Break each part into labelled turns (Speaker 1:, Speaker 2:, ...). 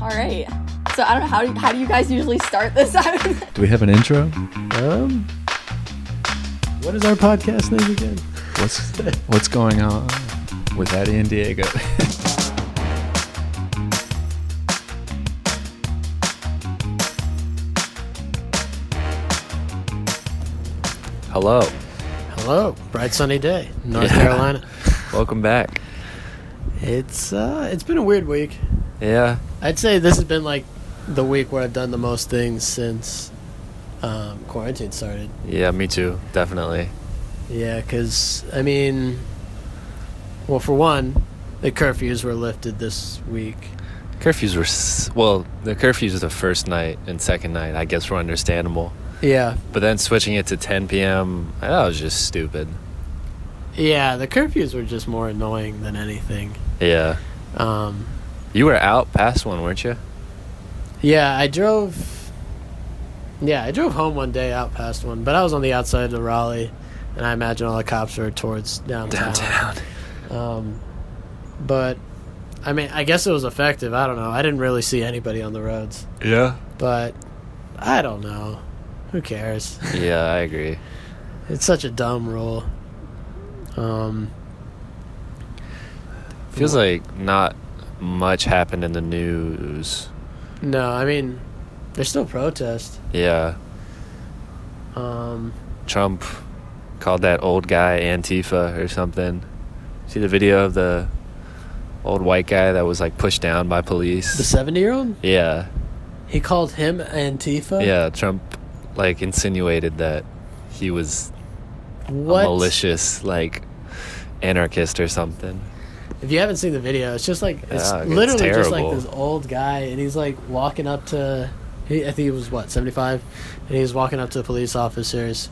Speaker 1: All right. So I don't know how do, how do you guys usually start this out?
Speaker 2: Do we have an intro?
Speaker 3: Um, what is our podcast name again?
Speaker 2: What's what's going on with Eddie and Diego? Hello,
Speaker 3: Hello, bright sunny day, North Carolina.
Speaker 2: welcome back.
Speaker 3: It's uh, it's been a weird week.
Speaker 2: Yeah,
Speaker 3: I'd say this has been like the week where I've done the most things since um, quarantine started.
Speaker 2: yeah, me too, definitely.
Speaker 3: Yeah, because I mean, well, for one, the curfews were lifted this week.
Speaker 2: Curfews were s- well, the curfews of the first night and second night, I guess, were understandable.
Speaker 3: Yeah,
Speaker 2: But then switching it to 10 p.m., that was just stupid.
Speaker 3: yeah, the curfews were just more annoying than anything.
Speaker 2: Yeah,
Speaker 3: Um,
Speaker 2: you were out past one, weren't you?
Speaker 3: Yeah, I drove. Yeah, I drove home one day out past one, but I was on the outside of Raleigh, and I imagine all the cops were towards downtown.
Speaker 2: Downtown.
Speaker 3: Um, but I mean, I guess it was effective. I don't know. I didn't really see anybody on the roads,
Speaker 2: Yeah.
Speaker 3: but I don't know. Who cares?
Speaker 2: Yeah, I agree.
Speaker 3: It's such a dumb rule. Um,
Speaker 2: Feels like not much happened in the news.
Speaker 3: no, I mean, there's still protest.
Speaker 2: Yeah,
Speaker 3: Um,
Speaker 2: Trump called that old guy Antifa or something. See the video of the old white guy that was like pushed down by
Speaker 3: the
Speaker 2: police?
Speaker 3: 70 year old,
Speaker 2: Yeah.
Speaker 3: he called him Antifa.
Speaker 2: Yeah, Trump like insinuated that he was
Speaker 3: What?
Speaker 2: a malicious like anarchist or something.
Speaker 3: If you haven't seen the video, it's just like it's
Speaker 2: Yeah, Ah, it's
Speaker 3: literally just like
Speaker 2: terrible.
Speaker 3: this old guy, and he's like walking up to, he, I think he was what seventy five, and he was walking up to the police officers,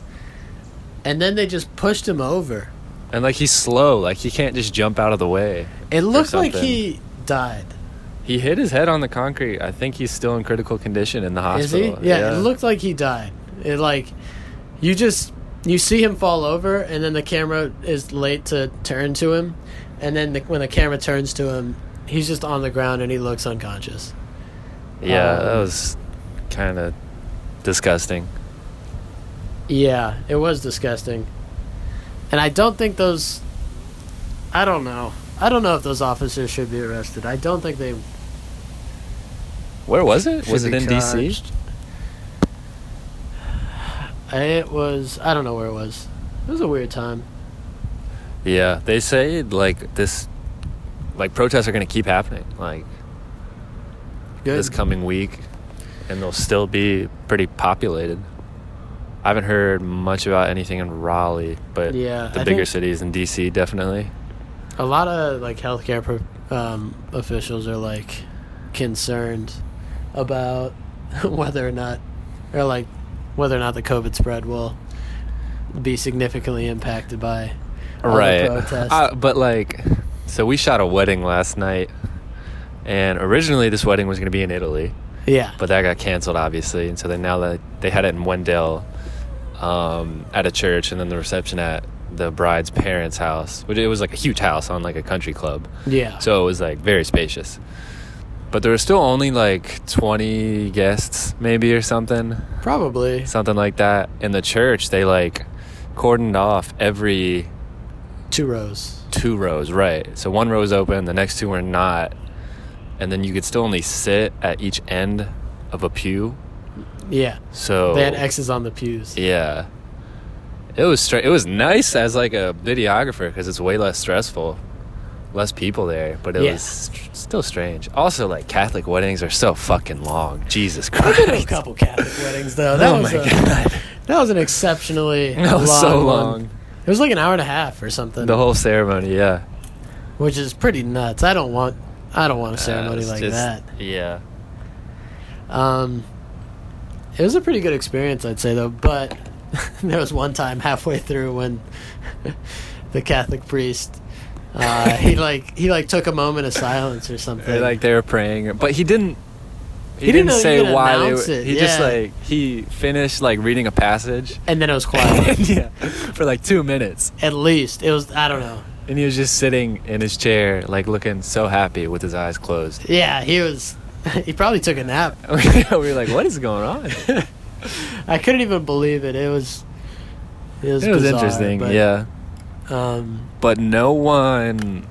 Speaker 3: and then they just pushed him over.
Speaker 2: And like he's slow, like he can't just jump out of the way.
Speaker 3: It looked like
Speaker 2: something.
Speaker 3: he died.
Speaker 2: He hit his head on the concrete. I think he's still in critical condition in the
Speaker 3: Is he?
Speaker 2: hospital.
Speaker 3: Yeah, it looked like he died. It like, you just you see him fall over, and then the camera is late to turn to him, and then the, when the camera turns to him, he's just on the ground and he looks unconscious.
Speaker 2: Yeah, that
Speaker 3: Um,
Speaker 2: was kind of disgusting.
Speaker 3: Yeah, it was disgusting. And I don't think those. I don't know. I don't know if those officers should be arrested. I don't think they.
Speaker 2: Where was it?
Speaker 3: should
Speaker 2: Was it
Speaker 3: be
Speaker 2: in DC?
Speaker 3: charged. It was. I don't know where it was. It was a weird time.
Speaker 2: Yeah, they say like this, like protests are going to keep happening, like
Speaker 3: Good.
Speaker 2: this coming week, and they'll still be pretty populated. I haven't heard much about anything in Raleigh, but
Speaker 3: Yeah,
Speaker 2: the
Speaker 3: I
Speaker 2: bigger
Speaker 3: think-
Speaker 2: cities in DC definitely.
Speaker 3: a lot of like healthcare pro- um, officials are like concerned about whether or not, or like whether or not the COVID spread will be significantly impacted by other
Speaker 2: right
Speaker 3: protests.
Speaker 2: Uh, but like so we shot a wedding last night and originally this wedding was going to be in italy
Speaker 3: yeah.
Speaker 2: but that got canceled obviously and so they now that they had it in wendell um, at a church and then the reception at the bride's parents house which it was like a huge house on like a country club
Speaker 3: Yeah.
Speaker 2: so it was like very spacious but there were still only like 20 guests maybe or something
Speaker 3: Probably.
Speaker 2: something like that in the church they like cordoned off every
Speaker 3: Two rows.
Speaker 2: two rows, right? So one row is open, the next two are not, and then you could still only sit at each end of a pew.
Speaker 3: Yeah.
Speaker 2: So
Speaker 3: They had X's on the pews.
Speaker 2: yeah, it was stra- it was nice as like a videographer because it's way less stressful, less people there, but it
Speaker 3: Yeah.
Speaker 2: was st- still strange. Also, like Catholic weddings are so fucking long. Jesus Christ!
Speaker 3: I've been to a couple Catholic weddings though. That
Speaker 2: oh
Speaker 3: was
Speaker 2: my
Speaker 3: a,
Speaker 2: god,
Speaker 3: that was an exceptionally
Speaker 2: that was
Speaker 3: long
Speaker 2: so
Speaker 3: one.
Speaker 2: long.
Speaker 3: It was like an hour and a half or something,
Speaker 2: The whole ceremony, yeah.
Speaker 3: which is pretty nuts. I don't want I don't want a
Speaker 2: Uh,
Speaker 3: ceremony
Speaker 2: it's
Speaker 3: like
Speaker 2: just-
Speaker 3: that.
Speaker 2: Yeah.
Speaker 3: Um, it was a pretty good experience, I'd say though. But there was one time halfway through when the Catholic priest uh, he like he like took a moment of silence or something.
Speaker 2: Or, like they were praying, but he didn't. He,
Speaker 3: He didn't
Speaker 2: didn't,
Speaker 3: really
Speaker 2: say
Speaker 3: even
Speaker 2: why they were.
Speaker 3: announce it,
Speaker 2: He just
Speaker 3: yeah.
Speaker 2: like he finished like reading a passage,
Speaker 3: and then it was quiet.
Speaker 2: yeah, for like two minutes.
Speaker 3: At least it was. I don't know.
Speaker 2: And he was just sitting in his chair, like looking so happy with his eyes closed.
Speaker 3: Yeah, he was. He probably took a nap.
Speaker 2: we were like, what is going on?
Speaker 3: I couldn't even believe it. It was. It was,
Speaker 2: It was
Speaker 3: bizarre,
Speaker 2: interesting,
Speaker 3: but,
Speaker 2: yeah.
Speaker 3: Um,
Speaker 2: But no one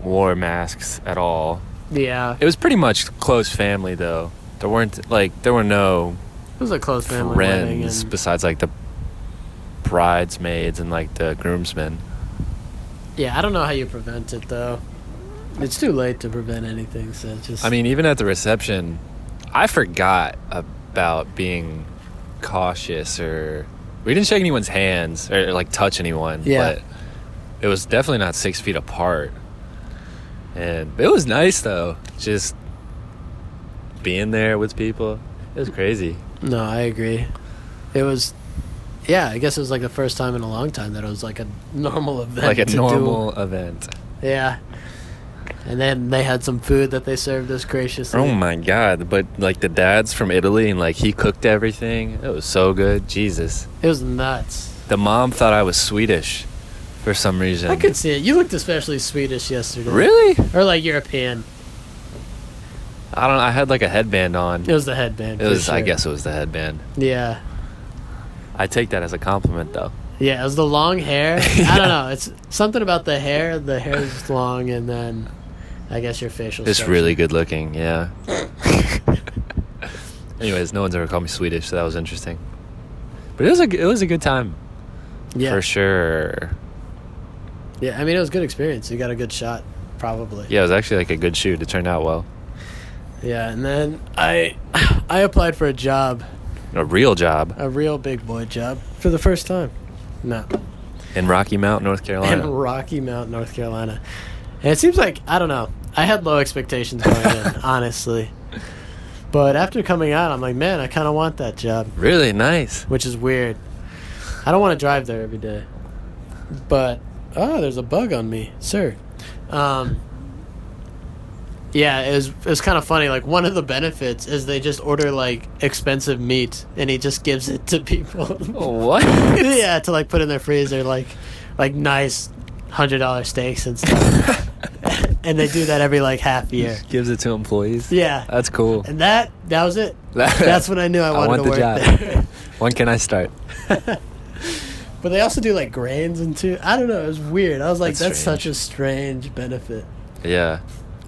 Speaker 2: wore masks at all.
Speaker 3: yeah,
Speaker 2: It was pretty much close family, though. There weren't, like, there were no
Speaker 3: it was a close family wedding.
Speaker 2: friends
Speaker 3: And,
Speaker 2: besides, like, the bridesmaids and, like, the groomsmen.
Speaker 3: yeah, I don't know how you prevent it though. It's too late to prevent anything. So just.
Speaker 2: I mean, even at the reception, I forgot about being cautious or we didn't shake anyone's hands or like touch anyone.
Speaker 3: Yeah.
Speaker 2: But it was definitely not six feet apart. And it was nice though, just being there with people. It was crazy.
Speaker 3: No, I agree. It was. Yeah, I guess it was like the first time in a long time that it was like a normal event.
Speaker 2: Like a
Speaker 3: to do.
Speaker 2: normal event.
Speaker 3: Yeah. And then they had some food that they served us graciously.
Speaker 2: Oh my God. But like the dad's from Italy and like he cooked everything. It was so good. Jesus.
Speaker 3: It was nuts.
Speaker 2: The mom thought I was Swedish for some reason.
Speaker 3: I could see it. You looked especially Swedish yesterday.
Speaker 2: Really?
Speaker 3: Or like European.
Speaker 2: I don't. I had like a headband on.
Speaker 3: It was the headband.
Speaker 2: It
Speaker 3: for
Speaker 2: was. I
Speaker 3: sure.
Speaker 2: guess it was the headband.
Speaker 3: Yeah.
Speaker 2: I take that as a compliment, though.
Speaker 3: Yeah, it was the long hair. I don't know. It's something about the hair. The hair is long, and then I guess your facial.
Speaker 2: It's
Speaker 3: structure.
Speaker 2: really good looking. Yeah. Anyways, no one's ever called me Swedish, so that was interesting. But it was a. g- It was a good time
Speaker 3: yeah.
Speaker 2: for sure.
Speaker 3: Yeah, I mean it was a good experience. You got a good shot, probably.
Speaker 2: Yeah, it was actually like a good shoot. It turned out well.
Speaker 3: Yeah, and then I I applied for a job,
Speaker 2: A real job
Speaker 3: a real big boy job, for the first time. No,
Speaker 2: in Rocky Mount, North
Speaker 3: in
Speaker 2: Carolina.
Speaker 3: Rocky Mount, North Carolina. And it seems like I don't know. I had low expectations going in, honestly. But after coming out, I'm like, man, I kind of want that job,
Speaker 2: Really nice.
Speaker 3: which is weird. I don't want to drive there every day. But oh, there's a bug on me, sir. Um, yeah, it was, it was kind of funny. Like one of the benefits is they just order like expensive meat, and he just gives it to people.
Speaker 2: What?
Speaker 3: yeah, to like put in their freezer, like like nice hundred dollar steaks and stuff. and they do that every like half year.
Speaker 2: Gives it to employees.
Speaker 3: Yeah,
Speaker 2: That's cool.
Speaker 3: and that that was it. That's when I knew I
Speaker 2: I
Speaker 3: wanted
Speaker 2: want the
Speaker 3: to work
Speaker 2: job.
Speaker 3: there.
Speaker 2: When can I start?
Speaker 3: but they also do like grains and too. I don't know. It was weird. I was like,
Speaker 2: That's
Speaker 3: that's such a strange benefit.
Speaker 2: Yeah.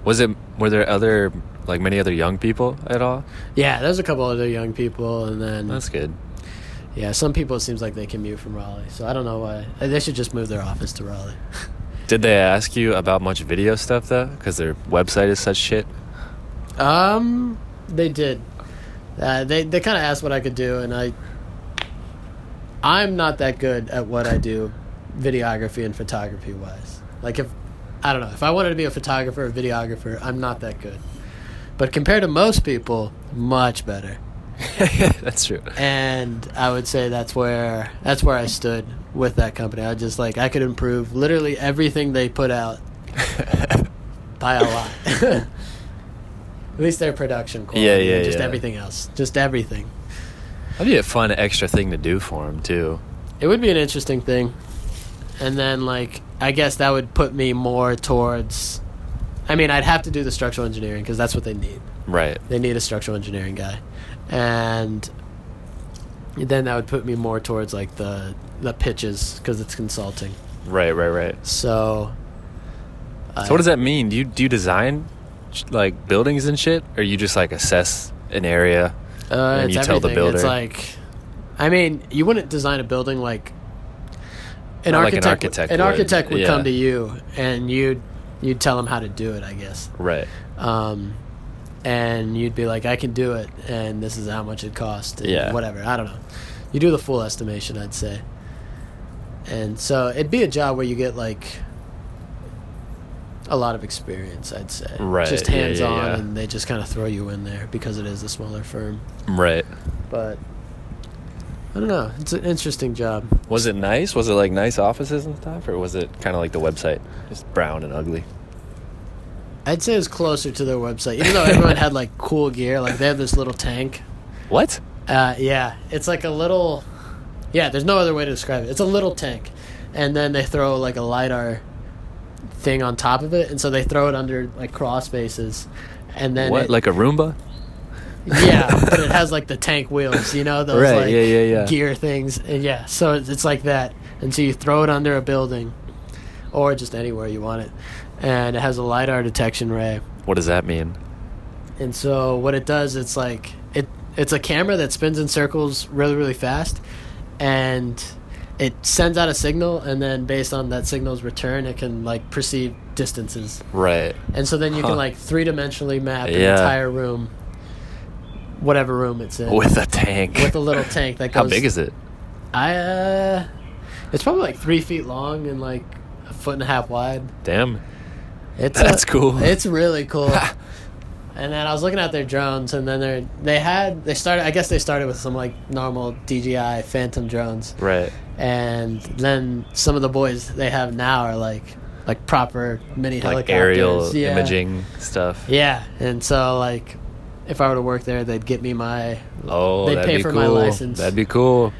Speaker 2: Was it were there other like many other young people at all?
Speaker 3: Yeah, there's a couple other young people, and then
Speaker 2: That's good.
Speaker 3: yeah, some people it seems like they commute from Raleigh, so I don't know why they should just move their office to Raleigh.
Speaker 2: Did they ask you about much video stuff though? Because their website is such shit.
Speaker 3: Um, they did. Uh, they they kind of asked what I could do, and I. I'm not that good at what I do, videography and photography wise. Like if, I don't know, if I wanted to be a photographer or videographer, I'm not that good. But compared to most people, much better.
Speaker 2: That's true.
Speaker 3: And I would say that's where that's where I stood with that company. I just like I could improve literally everything they put out by a lot. At least their production quality.
Speaker 2: Yeah, yeah,
Speaker 3: and Just
Speaker 2: yeah.
Speaker 3: everything else. Just everything.
Speaker 2: That'd be a fun extra thing to do for them too.
Speaker 3: It would be an interesting thing. And then, like, I guess that would put me more towards. I mean, I'd have to do the structural engineering because that's what they need.
Speaker 2: Right.
Speaker 3: They need a structural engineering guy, and then that would put me more towards like the the pitches because it's consulting.
Speaker 2: Right. Right. Right.
Speaker 3: So.
Speaker 2: So what does that mean? Do you do you design sh- like buildings and shit, or you just like assess an area?
Speaker 3: Uh,
Speaker 2: And
Speaker 3: it's
Speaker 2: you tell the
Speaker 3: everything.
Speaker 2: builder.
Speaker 3: It's like, I mean, you wouldn't design a building like an
Speaker 2: Not like an
Speaker 3: architect.
Speaker 2: architect
Speaker 3: an
Speaker 2: would,
Speaker 3: architect would
Speaker 2: yeah.
Speaker 3: come to you, and you'd you'd tell him how to do it, I guess.
Speaker 2: Right.
Speaker 3: Um, and you'd be like, "I can do it," and this is how much it cost. and
Speaker 2: Yeah.
Speaker 3: Whatever. I don't know. You do the full estimation, I'd say. And so it'd be a job where you get like a lot of experience, I'd say.
Speaker 2: Right,
Speaker 3: Just
Speaker 2: yeah, yeah,
Speaker 3: hands on,
Speaker 2: yeah.
Speaker 3: and they just kind of throw you in there because it is a smaller firm
Speaker 2: Right.
Speaker 3: but I don't know. It's an interesting job.
Speaker 2: Was it nice? Was it like nice offices and stuff, or was it kind of like the website, just brown and ugly?
Speaker 3: I'd say it's closer to their website, even though everyone had like cool gear. Like they have this little tank.
Speaker 2: What?
Speaker 3: Uh, yeah, it's like a little. Yeah, there's no other way to describe it. It's a little tank, and then they throw like a lidar thing on top of it, and so they throw it under like crawl spaces, and then
Speaker 2: what?
Speaker 3: it-
Speaker 2: like a Roomba?
Speaker 3: yeah, but it has like the tank wheels, you know, those
Speaker 2: Right,
Speaker 3: like
Speaker 2: yeah, yeah, yeah.
Speaker 3: gear things. And yeah, so it's, it's like that. And so you throw it under a building, or just anywhere you want it, and it has a lidar detection ray.
Speaker 2: What does that mean?
Speaker 3: And so what it does, it's like it it's a camera that spins in circles really really fast, and it sends out a signal, and then based on that signal's return, it can like perceive distances.
Speaker 2: Right.
Speaker 3: And so then you
Speaker 2: Huh.
Speaker 3: can like three dimensionally map an
Speaker 2: Yeah.
Speaker 3: entire room, whatever room it's in,
Speaker 2: With a tank.
Speaker 3: with a little tank that goes.
Speaker 2: How big is it?
Speaker 3: I uh, it's probably like three feet long and like a foot and a half wide.
Speaker 2: Damn.
Speaker 3: It's
Speaker 2: That's
Speaker 3: a-
Speaker 2: cool.
Speaker 3: It's really cool. and then I was looking at their drones, and then they they had they started. I guess they started with some like normal DJI Phantom drones,
Speaker 2: Right.
Speaker 3: and then some of the boys they have now are like like proper mini
Speaker 2: Like
Speaker 3: helicopters,
Speaker 2: aerial
Speaker 3: Yeah.
Speaker 2: imaging stuff.
Speaker 3: Yeah, and so like, if I were to work there, they'd get me my
Speaker 2: Oh,
Speaker 3: They
Speaker 2: that'd
Speaker 3: pay
Speaker 2: be
Speaker 3: for
Speaker 2: cool.
Speaker 3: my license.
Speaker 2: That'd be cool.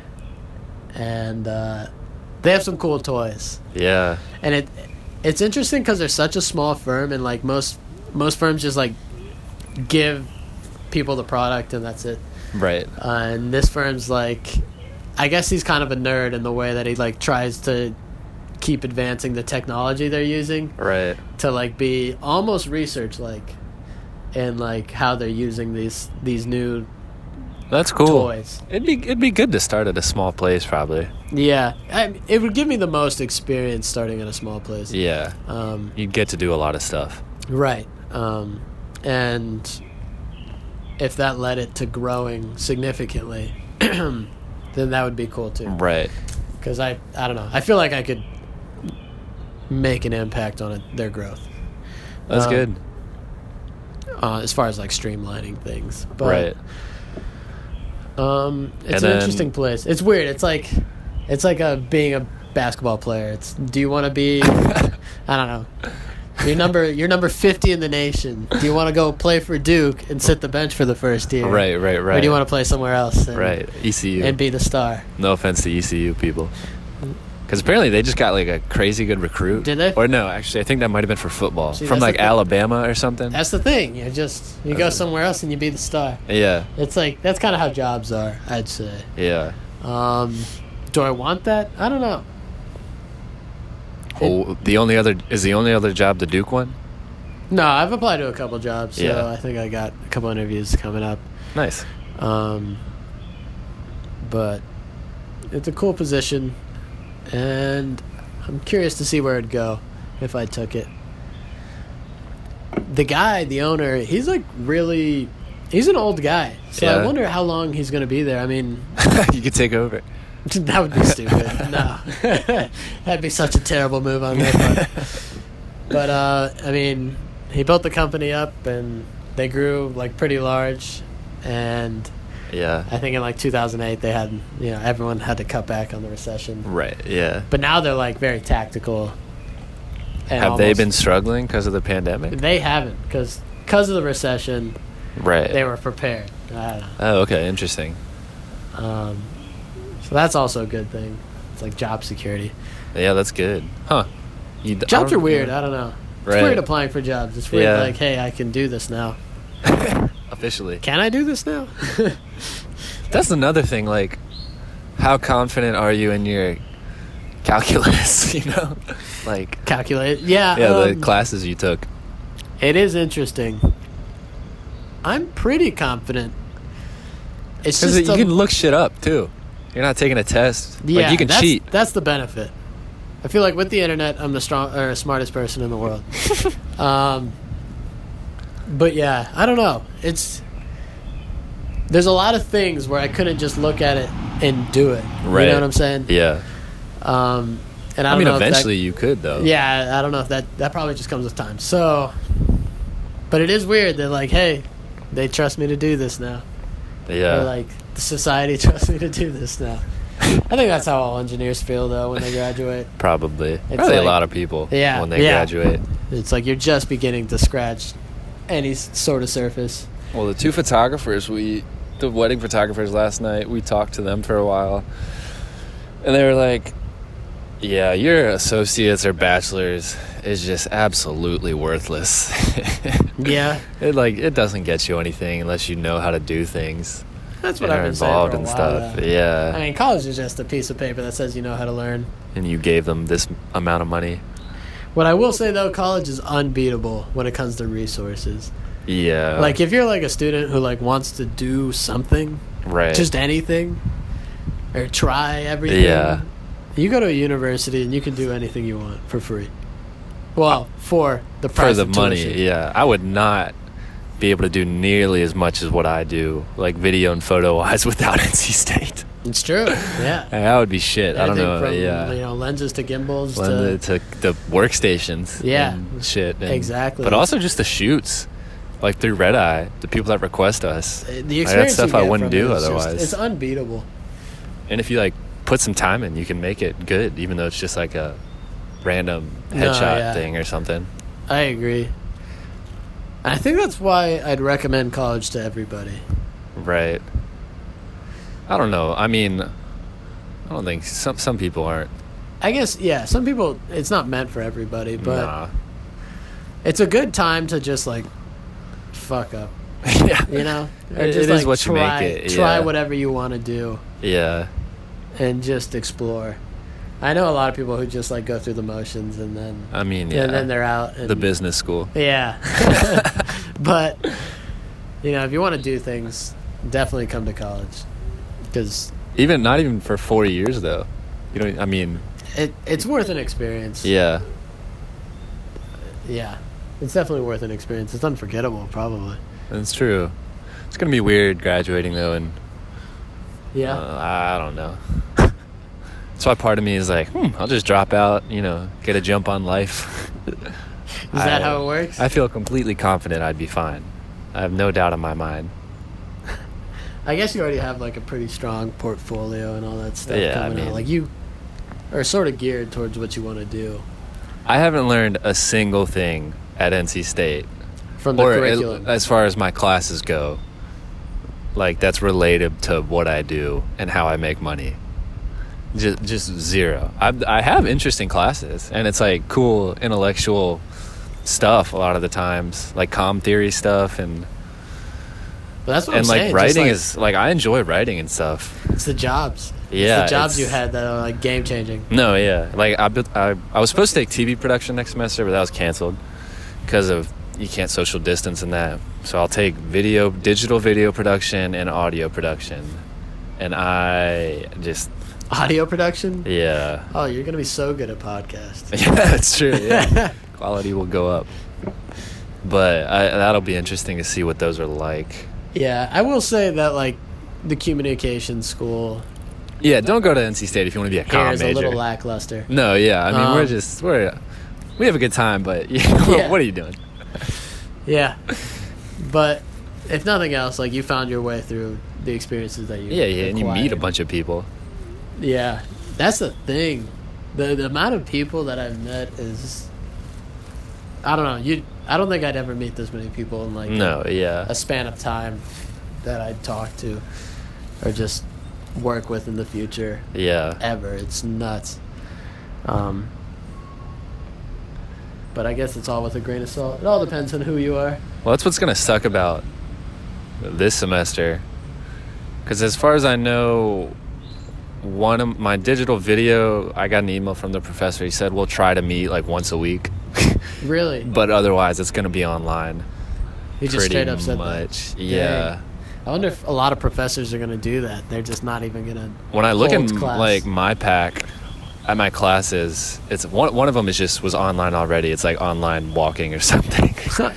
Speaker 3: and uh, they have some cool toys.
Speaker 2: Yeah.
Speaker 3: and it it's interesting because they're such a small firm and like most most firms just like give people the product and that's it
Speaker 2: Right.
Speaker 3: uh, and this firm's like i guess he's kind of a nerd in the way that he like tries to keep advancing the technology they're using
Speaker 2: Right.
Speaker 3: to like be almost research like and like how they're using these these new
Speaker 2: That's cool.
Speaker 3: toys
Speaker 2: It'd be it'd be good to start at a small place probably.
Speaker 3: yeah I, it would give me the most experience starting at a small place
Speaker 2: Yeah.
Speaker 3: um
Speaker 2: Uh, You'd get to do a lot of stuff.
Speaker 3: Right. Um, and if that led it to growing significantly, then that would be cool too.
Speaker 2: Right.
Speaker 3: Because I, I don't know. I feel like I could make an impact on it, their growth
Speaker 2: That's
Speaker 3: Um,
Speaker 2: good.
Speaker 3: uh, as far as like streamlining things.
Speaker 2: Right.
Speaker 3: But um,
Speaker 2: And
Speaker 3: it's an
Speaker 2: then-
Speaker 3: interesting place. It's weird. It's like, it's like a being a basketball player. It's do you want to be? I don't know. You're number you're number fifty in the nation. Do you want to go play for Duke and sit the bench for the first year?
Speaker 2: Right, right, right.
Speaker 3: Or do you want to play somewhere else? And,
Speaker 2: Right. E ECU.
Speaker 3: And be the star.
Speaker 2: No offense to ECU people. Because apparently they just got like a crazy good recruit.
Speaker 3: Did they?
Speaker 2: Or no, actually, I think that might have been for football.
Speaker 3: See,
Speaker 2: From
Speaker 3: that's the
Speaker 2: like
Speaker 3: thing.
Speaker 2: Alabama or something.
Speaker 3: That's the thing. You just you go
Speaker 2: That's it.
Speaker 3: somewhere else and you be the star.
Speaker 2: yeah,
Speaker 3: It's like that's kind of how jobs are. I'd say.
Speaker 2: yeah.
Speaker 3: Um, do I want that? I don't know.
Speaker 2: Oh, the only other is the only other job the Duke one.
Speaker 3: No, I've applied to a couple jobs, so
Speaker 2: Yeah.
Speaker 3: I think I got a couple interviews coming up.
Speaker 2: Nice.
Speaker 3: Um, but it's a cool position, and I'm curious to see where it'd go if I took it. The guy, the owner, he's like really. He's an old guy, so
Speaker 2: Yeah.
Speaker 3: I wonder how long he's going to be there. I mean,
Speaker 2: you could take over.
Speaker 3: that would be stupid. No, that'd be such a terrible move on their part. But uh, I mean, he built the company up, and they grew like pretty large. And
Speaker 2: Yeah.
Speaker 3: I think in like 2008, they had you know everyone had to cut back on the recession.
Speaker 2: Right. Yeah.
Speaker 3: But now they're like very tactical. and
Speaker 2: have they
Speaker 3: almost-
Speaker 2: been struggling because of the pandemic?
Speaker 3: They haven't because because of the recession,
Speaker 2: Right.
Speaker 3: they were prepared. I don't
Speaker 2: Oh, okay. Interesting.
Speaker 3: know. Um, so that's also a good thing. It's like job security.
Speaker 2: Yeah, that's good. Huh. You d- I
Speaker 3: Jobs are
Speaker 2: don't-
Speaker 3: weird. I don't know. It's
Speaker 2: Oh, Right.
Speaker 3: weird applying for jobs. It's weird,
Speaker 2: Yeah.
Speaker 3: like, hey, I can do this now.
Speaker 2: Officially.
Speaker 3: Can I do this now?
Speaker 2: That's another thing. Like, how confident are you in your calculus? You know, like
Speaker 3: Calculate. Yeah.
Speaker 2: yeah, the
Speaker 3: um,
Speaker 2: classes you took.
Speaker 3: It is interesting. I'm pretty confident. It's
Speaker 2: Because
Speaker 3: just
Speaker 2: you
Speaker 3: a-
Speaker 2: can look shit up too. You're not taking a test.
Speaker 3: yeah,
Speaker 2: like you can
Speaker 3: that's,
Speaker 2: cheat.
Speaker 3: That's the benefit. I feel like with the internet, I'm the strong or smartest person in the world. um, but yeah, I don't know. It's there's a lot of things where I couldn't just look at it and do it. You
Speaker 2: Right.
Speaker 3: know what I'm saying?
Speaker 2: Yeah.
Speaker 3: Um, and I,
Speaker 2: I,
Speaker 3: don't
Speaker 2: mean,
Speaker 3: know if that-
Speaker 2: eventually you could though.
Speaker 3: yeah, I don't know if that that probably just comes with time. So, but it is weird. They're like, hey, they trust me to do this now.
Speaker 2: Yeah.
Speaker 3: Or like society trusts me to do this now. I think that's how all engineers feel though when they graduate.
Speaker 2: probably. Probably a
Speaker 3: like-
Speaker 2: lot of people.
Speaker 3: Yeah,
Speaker 2: When they
Speaker 3: yeah.
Speaker 2: graduate.
Speaker 3: It's like you're just beginning to scratch any s- sort of surface.
Speaker 2: Well, the two photographers we, the wedding photographers last night, we talked to them for a while, and they were like, "Yeah, your associates or bachelors is just absolutely worthless.
Speaker 3: Yeah,
Speaker 2: it like it doesn't get you anything unless you know how to do things
Speaker 3: that's what
Speaker 2: and
Speaker 3: I've
Speaker 2: are
Speaker 3: been saying
Speaker 2: involved
Speaker 3: for a
Speaker 2: and
Speaker 3: while,
Speaker 2: stuff.
Speaker 3: though.
Speaker 2: Yeah.
Speaker 3: I mean, college is just a piece of paper that says you know how to learn.
Speaker 2: and you gave them this amount of money.
Speaker 3: What I will say though, college is unbeatable when it comes to resources.
Speaker 2: Yeah.
Speaker 3: like if you're like a student who like wants to do something,
Speaker 2: right.
Speaker 3: just anything, or try everything.
Speaker 2: Yeah.
Speaker 3: You go to a university and you can do anything you want for free. Well, for
Speaker 2: Uh,
Speaker 3: the
Speaker 2: for
Speaker 3: price
Speaker 2: the
Speaker 3: of
Speaker 2: money.
Speaker 3: tuition.
Speaker 2: Yeah. I would not be able to do nearly as much as what I do, like video and photo wise, without NC State.
Speaker 3: It's true. Yeah.
Speaker 2: Hey, That would be shit. I don't
Speaker 3: Everything
Speaker 2: know.
Speaker 3: From,
Speaker 2: yeah.
Speaker 3: You know, lenses to gimbals
Speaker 2: Lend
Speaker 3: to.
Speaker 2: it to the workstations.
Speaker 3: Yeah.
Speaker 2: and shit. and-
Speaker 3: Exactly.
Speaker 2: But also just the shoots, like through Red Eye, the people that request us.
Speaker 3: The
Speaker 2: Like,
Speaker 3: experience
Speaker 2: that's
Speaker 3: you
Speaker 2: stuff I
Speaker 3: get
Speaker 2: wouldn't
Speaker 3: from it
Speaker 2: do
Speaker 3: is just-
Speaker 2: otherwise.
Speaker 3: it's unbeatable.
Speaker 2: And if you like put some time in, you can make it good, even though it's just like a random
Speaker 3: No,
Speaker 2: headshot
Speaker 3: yeah.
Speaker 2: thing or something.
Speaker 3: I agree. I think that's why I'd recommend college to everybody.
Speaker 2: Right. I don't know. I mean, I don't think some some people aren't.
Speaker 3: I guess yeah. Some people, it's not meant for everybody, but
Speaker 2: nah.
Speaker 3: it's a good time to just like fuck up, you know,
Speaker 2: It-
Speaker 3: just
Speaker 2: it is what you make
Speaker 3: try,
Speaker 2: it,
Speaker 3: Try
Speaker 2: yeah.
Speaker 3: whatever you want to do
Speaker 2: yeah.
Speaker 3: and just explore. I know a lot of people who just like go through the motions and then
Speaker 2: I mean, yeah.
Speaker 3: and then they're out. And,
Speaker 2: the business school.
Speaker 3: Yeah, but you know, if you want to do things, definitely come to college because
Speaker 2: Even not even for four years though. You know. I mean,
Speaker 3: it it's worth an experience.
Speaker 2: yeah.
Speaker 3: Yeah. It's definitely worth an experience. It's unforgettable, probably.
Speaker 2: That's true. It's gonna be weird graduating though, and
Speaker 3: Yeah.
Speaker 2: uh, I don't know. That's why part of me is like, hmm, I'll just drop out. You know, get a jump on life.
Speaker 3: Is that how it works?
Speaker 2: I
Speaker 3: I,
Speaker 2: feel completely confident I'd be fine. I have no doubt in my mind.
Speaker 3: guess you already have like a pretty strong portfolio and all that stuff
Speaker 2: Yeah, I
Speaker 3: coming
Speaker 2: mean-
Speaker 3: out. Like you are sort of geared towards what you want to do
Speaker 2: I haven't learned a single thing at NC State,
Speaker 3: from the
Speaker 2: at-
Speaker 3: curriculum.
Speaker 2: as far as my classes go. Like that's related to what I do and how I make money. Just, just zero. I, I have interesting classes, and it's like cool intellectual stuff a lot of the times, like com theory stuff, and
Speaker 3: but that's what
Speaker 2: and
Speaker 3: I'm
Speaker 2: like
Speaker 3: saying. just,
Speaker 2: writing
Speaker 3: like,
Speaker 2: is like I enjoy writing and stuff.
Speaker 3: it's the jobs.
Speaker 2: Yeah,
Speaker 3: It's the
Speaker 2: it's-
Speaker 3: jobs you had that are like game changing.
Speaker 2: No, yeah. Like I, built- I, I was supposed to take TV production next semester, but that was canceled because of you can't social distance and that. So I'll take video, digital video production, and audio production. And I just,
Speaker 3: Audio production?
Speaker 2: yeah,
Speaker 3: Oh, you're gonna be so good at podcast.
Speaker 2: yeah, that's true. Yeah. Quality will go up, but I, that'll be interesting to see what those are like.
Speaker 3: yeah, I will say that like the communication school
Speaker 2: Yeah, don't go to NC State if you want to be a
Speaker 3: here
Speaker 2: com
Speaker 3: is a
Speaker 2: Ah, major.
Speaker 3: little lackluster.
Speaker 2: no, yeah, I mean we're
Speaker 3: Um,
Speaker 2: just we're we have a good time, but
Speaker 3: Yeah.
Speaker 2: what are you doing?
Speaker 3: Yeah. But if nothing else, like you found your way through the experiences that you
Speaker 2: Yeah, yeah, and you meet a
Speaker 3: acquired.
Speaker 2: bunch of people.
Speaker 3: Yeah. That's the thing. The the amount of people that I've met is I don't know, you I don't think I'd ever meet this many people in like
Speaker 2: No, yeah.
Speaker 3: a span of time that I'd talk to or just work with in the future
Speaker 2: Yeah.
Speaker 3: ever. It's nuts. Um but I guess it's all with a grain of salt. It all depends on who you are.
Speaker 2: Well, that's what's going to suck about this semester. Because as far as I know, one of my digital video, I got an email from the professor. He said, we'll try to meet like once a week,
Speaker 3: Really.
Speaker 2: but otherwise it's going to be online.
Speaker 3: He just
Speaker 2: pretty
Speaker 3: straight up said that.
Speaker 2: much. Yeah.
Speaker 3: I wonder if a lot of professors are going to do that. They're just not even going to.
Speaker 2: When I look
Speaker 3: Holds
Speaker 2: in
Speaker 3: class.
Speaker 2: like my pack at my classes, it's one, one of them is just was online already. It's like online walking or something.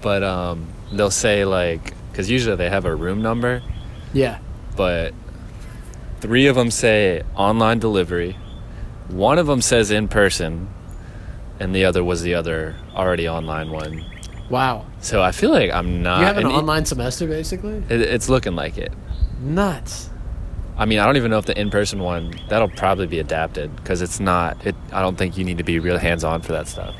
Speaker 2: but um, they'll say like, because usually they have a room number.
Speaker 3: yeah.
Speaker 2: but three of them say online delivery. One of them says in person, and the other was the other already online one.
Speaker 3: Wow.
Speaker 2: So I feel like I'm not.
Speaker 3: you have an
Speaker 2: Uh, and it-
Speaker 3: online semester, basically?
Speaker 2: It, it's looking like it.
Speaker 3: Nuts.
Speaker 2: I mean, I don't even know if the in person one that'll probably be adapted because it's not. It. I don't think you need to be real hands on for that stuff.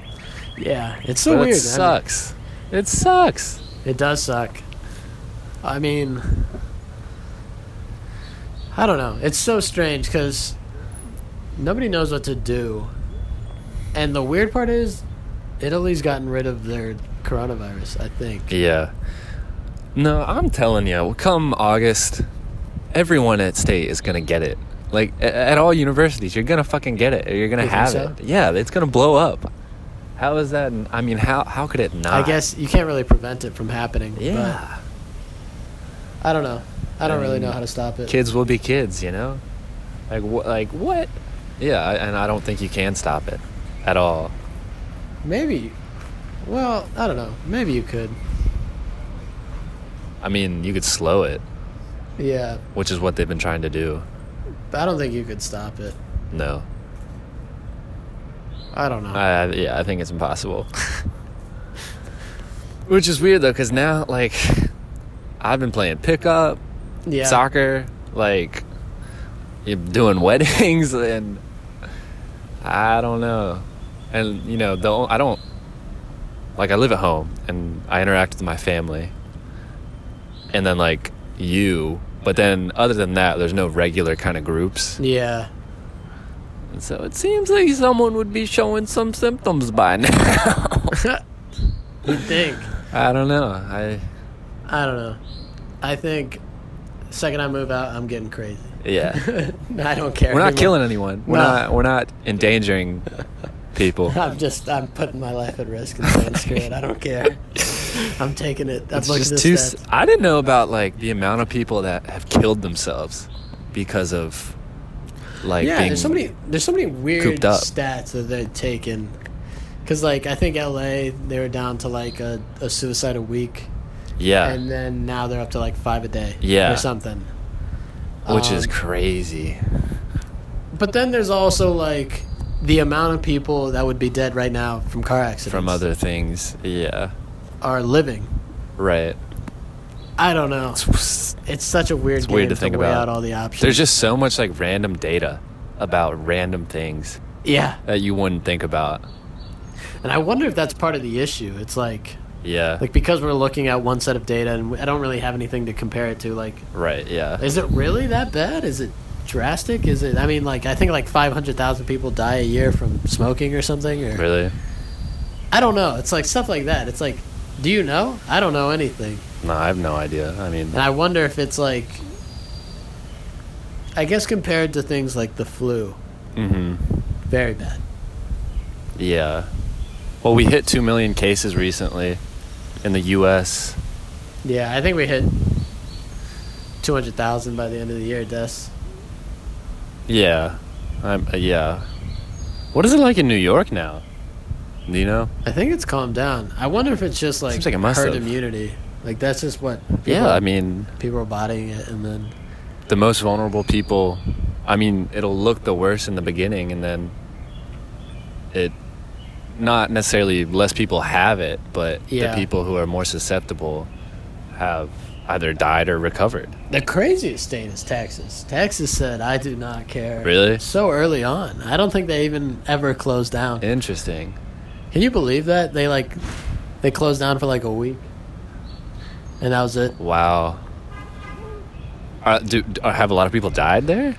Speaker 3: Yeah. It's so
Speaker 2: but
Speaker 3: weird.
Speaker 2: It
Speaker 3: I mean,
Speaker 2: sucks. It sucks.
Speaker 3: it does suck. I mean, I don't know. It's so strange because nobody knows what to do. And the weird part is, Italy's gotten rid of their coronavirus, I think.
Speaker 2: Yeah. No, I'm telling you, come August, everyone at state is gonna get it. Like a- at all universities, you're gonna fucking get it. You're gonna
Speaker 3: You think
Speaker 2: have
Speaker 3: so?
Speaker 2: it. Yeah, it's gonna blow up. How is that? I mean, how how could it not?
Speaker 3: I guess you can't really prevent it from happening.
Speaker 2: Yeah.
Speaker 3: But I don't know. I don't really
Speaker 2: Um,
Speaker 3: know how to stop it.
Speaker 2: kids will be kids, you know? Like what like what? Yeah, I- and I don't think you can stop it at all.
Speaker 3: Maybe. Well, I don't know. Maybe you could.
Speaker 2: I mean, you could slow it,
Speaker 3: Yeah.
Speaker 2: which is what they've been trying to do.
Speaker 3: But I don't think you could stop it.
Speaker 2: No.
Speaker 3: I don't know.
Speaker 2: I yeah, I think it's impossible. which is weird though cuz now like I've been playing pickup,
Speaker 3: yeah.
Speaker 2: soccer, like you're doing weddings and I don't know. And you know, the o- I don't like I live at home and I interact with my family. And then like you, but then other than that, there's no regular kind of groups.
Speaker 3: Yeah.
Speaker 2: And so it seems like someone would be showing some symptoms by now.
Speaker 3: You'd think.
Speaker 2: I don't know. I
Speaker 3: I don't know. I think second I move out, I'm getting crazy.
Speaker 2: yeah.
Speaker 3: I don't care.
Speaker 2: We're not
Speaker 3: anymore.
Speaker 2: killing anyone. We're
Speaker 3: No.
Speaker 2: not we're not endangering people.
Speaker 3: I'm just I'm putting my life at risk and saying screw it. I don't care. I'm taking it. I've
Speaker 2: It's
Speaker 3: looked at
Speaker 2: just
Speaker 3: the
Speaker 2: too.
Speaker 3: stats.
Speaker 2: s- I didn't know about like the amount of people that have killed themselves because of like
Speaker 3: yeah,
Speaker 2: being
Speaker 3: there's so many there's so many weird
Speaker 2: cooped up.
Speaker 3: stats that they're taking. Cause like I think LA they were down to like a, a suicide a week,
Speaker 2: yeah,
Speaker 3: and then now they're up to like five a day,
Speaker 2: Yeah.
Speaker 3: or something.
Speaker 2: which is
Speaker 3: um,
Speaker 2: crazy.
Speaker 3: But then there's also like the amount of people that would be dead right now from car accidents
Speaker 2: From other things, yeah,
Speaker 3: are living.
Speaker 2: right.
Speaker 3: I don't know.
Speaker 2: It's
Speaker 3: It's such a weird.
Speaker 2: It's weird
Speaker 3: game
Speaker 2: to think
Speaker 3: weigh
Speaker 2: about.
Speaker 3: out all the options.
Speaker 2: There's just so much like random data about random things
Speaker 3: yeah,
Speaker 2: that you wouldn't think about.
Speaker 3: and I wonder if that's part of the issue. It's like
Speaker 2: Yeah,
Speaker 3: like because we're looking at one set of data and I don't really have anything to compare it to. Like,
Speaker 2: right. Yeah,
Speaker 3: is it really that bad? Is it drastic? Is it? I mean, like I think like five hundred thousand people die a year from smoking or something. Or
Speaker 2: really.
Speaker 3: I don't know. It's like stuff like that. It's like, do you know? I don't know anything.
Speaker 2: No, I have no idea. I mean,
Speaker 3: And I wonder if it's like, I guess compared to things like the flu,
Speaker 2: hmm
Speaker 3: very bad.
Speaker 2: yeah. Well, we hit two million cases recently in the U.S.
Speaker 3: Yeah, I think we hit 200,000 by the end of the year, deaths.
Speaker 2: Yeah, I'm. Uh, yeah. What is it like in New York now? Do you know?
Speaker 3: I think it's calmed down. I wonder if it's just like,
Speaker 2: Seems like it must
Speaker 3: herd
Speaker 2: have.
Speaker 3: immunity. Like that's just what people,
Speaker 2: Yeah, I mean,
Speaker 3: people are bodying it and then
Speaker 2: the most vulnerable people. I mean, it'll look the worst in the beginning, and then it. Not necessarily less people have it, but
Speaker 3: Yeah.
Speaker 2: the people who are more susceptible have either died or recovered.
Speaker 3: the craziest state is Texas. Texas said, "I do not care."
Speaker 2: Really?
Speaker 3: So early on. I don't think they even ever closed down.
Speaker 2: Interesting.
Speaker 3: Can you believe that? They like they closed down for like a week. And that was it.
Speaker 2: Wow. Uh, do, uh, have a lot of people died there?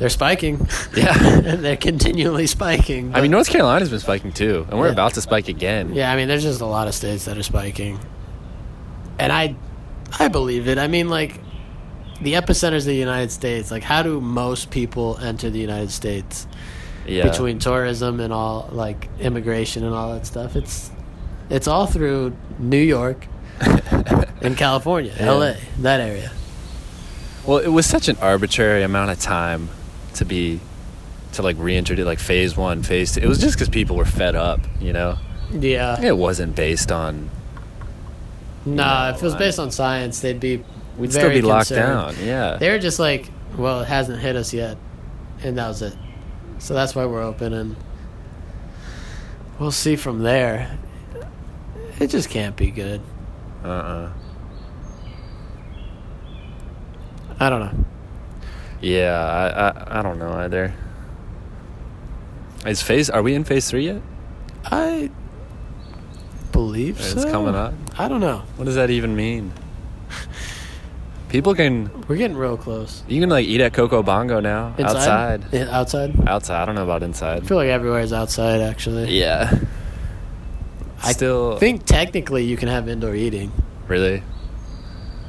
Speaker 3: They're spiking.
Speaker 2: Yeah.
Speaker 3: They're continually spiking.
Speaker 2: I
Speaker 3: but-
Speaker 2: mean, North Carolina's been spiking too, and we're
Speaker 3: Yeah.
Speaker 2: about to spike again.
Speaker 3: Yeah, I mean, there's just a lot of states that are spiking, and I, I believe it. I mean, like, the epicenters of the United States. Like, how do most people enter the United States
Speaker 2: Yeah.
Speaker 3: between tourism and all, like, immigration and all that stuff? It's, it's all through New York, and California,
Speaker 2: Yeah.
Speaker 3: L.A., that area.
Speaker 2: Well, it was such an arbitrary amount of time to be to like reintroduce like phase one, phase two. It was just because people were fed up, you know.
Speaker 3: Yeah.
Speaker 2: It wasn't based on
Speaker 3: No,
Speaker 2: No,
Speaker 3: if it was
Speaker 2: I-
Speaker 3: based on science, they'd be
Speaker 2: we'd still be
Speaker 3: very
Speaker 2: locked
Speaker 3: concerned.
Speaker 2: down. Yeah,
Speaker 3: They were just like, well, it hasn't hit us yet, and that was it. So that's why we're open, and we'll see from there. It just can't be good.
Speaker 2: uh-uh.
Speaker 3: I don't know.
Speaker 2: yeah. I, I I don't know either. Is phase? Are we in phase three yet?
Speaker 3: I believe
Speaker 2: It's
Speaker 3: so.
Speaker 2: coming up.
Speaker 3: I don't know.
Speaker 2: What does that even mean? People can
Speaker 3: We're getting real close.
Speaker 2: you can like eat at Coco Bongo now outside.
Speaker 3: Yeah, outside.
Speaker 2: Outside. I don't know about inside.
Speaker 3: I feel like everywhere is outside, actually.
Speaker 2: Yeah.
Speaker 3: I
Speaker 2: Still,
Speaker 3: think technically you can have indoor eating.
Speaker 2: really,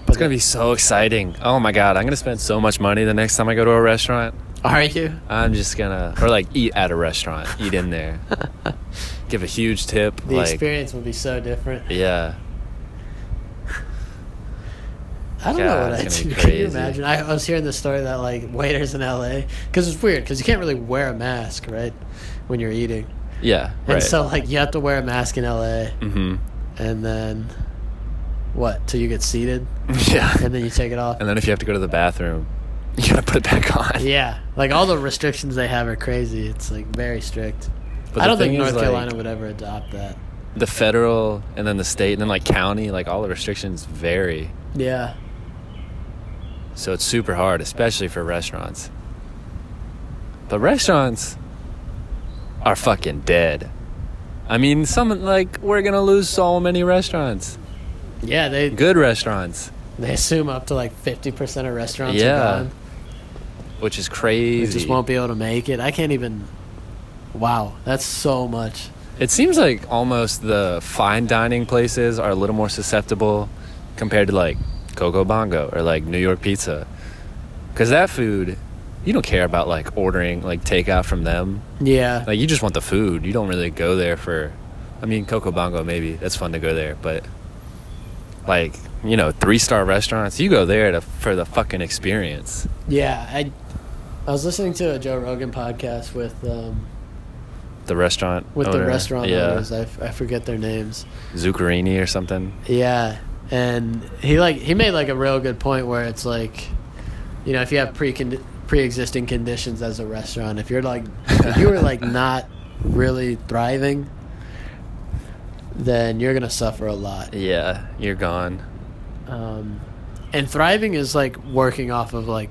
Speaker 3: But
Speaker 2: it's gonna be so exciting. Oh my god, I'm gonna spend so much money the next time I go to a restaurant.
Speaker 3: Are you?
Speaker 2: I'm just gonna, or like eat at a restaurant, eat in there, give a huge tip.
Speaker 3: The
Speaker 2: like,
Speaker 3: experience will be so different.
Speaker 2: yeah,
Speaker 3: I don't know
Speaker 2: God,
Speaker 3: what I
Speaker 2: it's
Speaker 3: do.
Speaker 2: gonna be
Speaker 3: Can you
Speaker 2: crazy.
Speaker 3: imagine? I, I was hearing the story that like waiters in LA, because it's weird, because you can't really wear a mask, right, when you're eating,
Speaker 2: yeah,
Speaker 3: and
Speaker 2: right.
Speaker 3: so like you have to wear a mask in LA,
Speaker 2: mm-hmm.
Speaker 3: and then what? Till you get seated,
Speaker 2: Yeah.
Speaker 3: and then you take it off.
Speaker 2: And then if you have to go to the bathroom, you gotta put it back on.
Speaker 3: Yeah, like all the restrictions they have are crazy. It's like very strict.
Speaker 2: But
Speaker 3: I
Speaker 2: the
Speaker 3: don't think
Speaker 2: thing is,
Speaker 3: North
Speaker 2: like,
Speaker 3: Carolina would ever adopt that.
Speaker 2: The federal and then the state and then like county, like all the restrictions vary.
Speaker 3: Yeah,
Speaker 2: So it's super hard, especially for restaurants. But restaurants are fucking dead. I mean, some like we're gonna lose so many restaurants,
Speaker 3: yeah, they
Speaker 2: good restaurants,
Speaker 3: they assume up to like fifty percent of restaurants
Speaker 2: Yeah.
Speaker 3: are gone.
Speaker 2: which is
Speaker 3: They
Speaker 2: crazy.
Speaker 3: just won't be able to make it. I can't even. Wow, that's so much.
Speaker 2: It seems like almost the fine dining places are a little more susceptible compared to like Coco Bongo or like New York Pizza. Cause that food, you don't care about like ordering like takeout from them.
Speaker 3: Yeah,
Speaker 2: Like you just want the food. You don't really go there for, I mean, Coco Bongo maybe that's fun to go there, but like you know three star restaurants, you go there to for the fucking experience.
Speaker 3: yeah. I I was listening to a Joe Rogan podcast with um,
Speaker 2: The restaurant
Speaker 3: with the
Speaker 2: owner,
Speaker 3: restaurant
Speaker 2: Oh, yeah,
Speaker 3: owners. I, f- I forget their names.
Speaker 2: Zuccherini or something.
Speaker 3: Yeah, and he like he made like a real good point where it's like, you know, if you have pre pre existing conditions as a restaurant, if you're like if you were like not really thriving, then you're gonna suffer a lot.
Speaker 2: Yeah, you're gone.
Speaker 3: Um, and thriving is like working off of like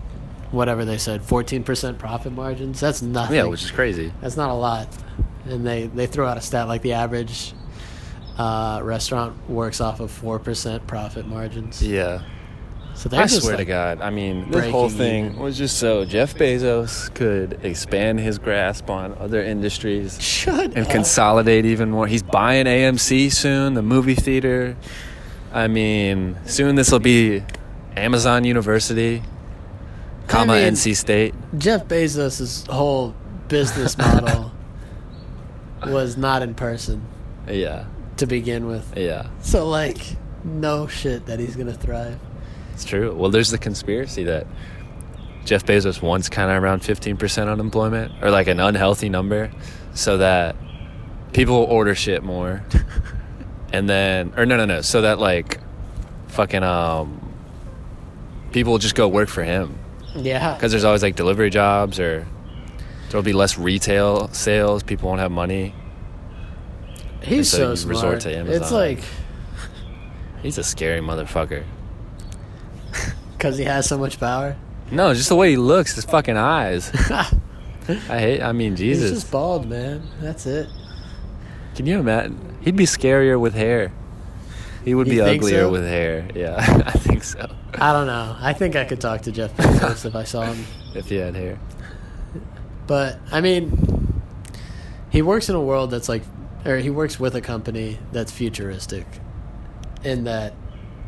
Speaker 3: whatever they said, fourteen percent profit margins. That's nothing.
Speaker 2: Yeah, which is crazy.
Speaker 3: That's not a lot. And they, they throw out a stat like the average uh, restaurant works off of 4% profit margins.
Speaker 2: Yeah.
Speaker 3: So
Speaker 2: I
Speaker 3: that's
Speaker 2: swear to God. I mean, this
Speaker 3: breaking
Speaker 2: whole thing
Speaker 3: even.
Speaker 2: was just so Jeff Bezos could expand his grasp on other industries
Speaker 3: Shut
Speaker 2: and
Speaker 3: up.
Speaker 2: consolidate even more. He's buying AMC soon, the movie theater. I mean, soon this will be Amazon University, comma
Speaker 3: mean-
Speaker 2: NC State.
Speaker 3: Jeff Bezos' whole business model was not in person
Speaker 2: Yeah,
Speaker 3: to begin with.
Speaker 2: yeah,
Speaker 3: So, like, no shit that he's going to thrive.
Speaker 2: it's true. Well, there's the conspiracy that Jeff Bezos wants kind of around 15% unemployment or like an unhealthy number so that people will order shit more. and then, or no, no, no. So that like fucking, um, people will just go work for him
Speaker 3: Yeah.
Speaker 2: because there's always like delivery jobs or there'll be less retail sales. People won't have money.
Speaker 3: He's
Speaker 2: so
Speaker 3: so,
Speaker 2: you
Speaker 3: smart.
Speaker 2: resort to
Speaker 3: It's
Speaker 2: Amazon.
Speaker 3: like
Speaker 2: He's a scary motherfucker.
Speaker 3: because he has so much power.
Speaker 2: No, just the way he looks, his fucking eyes. I hate, I mean,
Speaker 3: He's
Speaker 2: Jesus.
Speaker 3: just bald, man. That's it.
Speaker 2: Can you imagine? He'd be scarier with hair. He would
Speaker 3: You
Speaker 2: be
Speaker 3: think
Speaker 2: uglier
Speaker 3: so?
Speaker 2: with hair. Yeah, I think so.
Speaker 3: I don't know. I think I could talk to Jeff Bezos if I saw him.
Speaker 2: If he had hair.
Speaker 3: But I mean, he works in a world that's like, or he works with a company that's futuristic, in that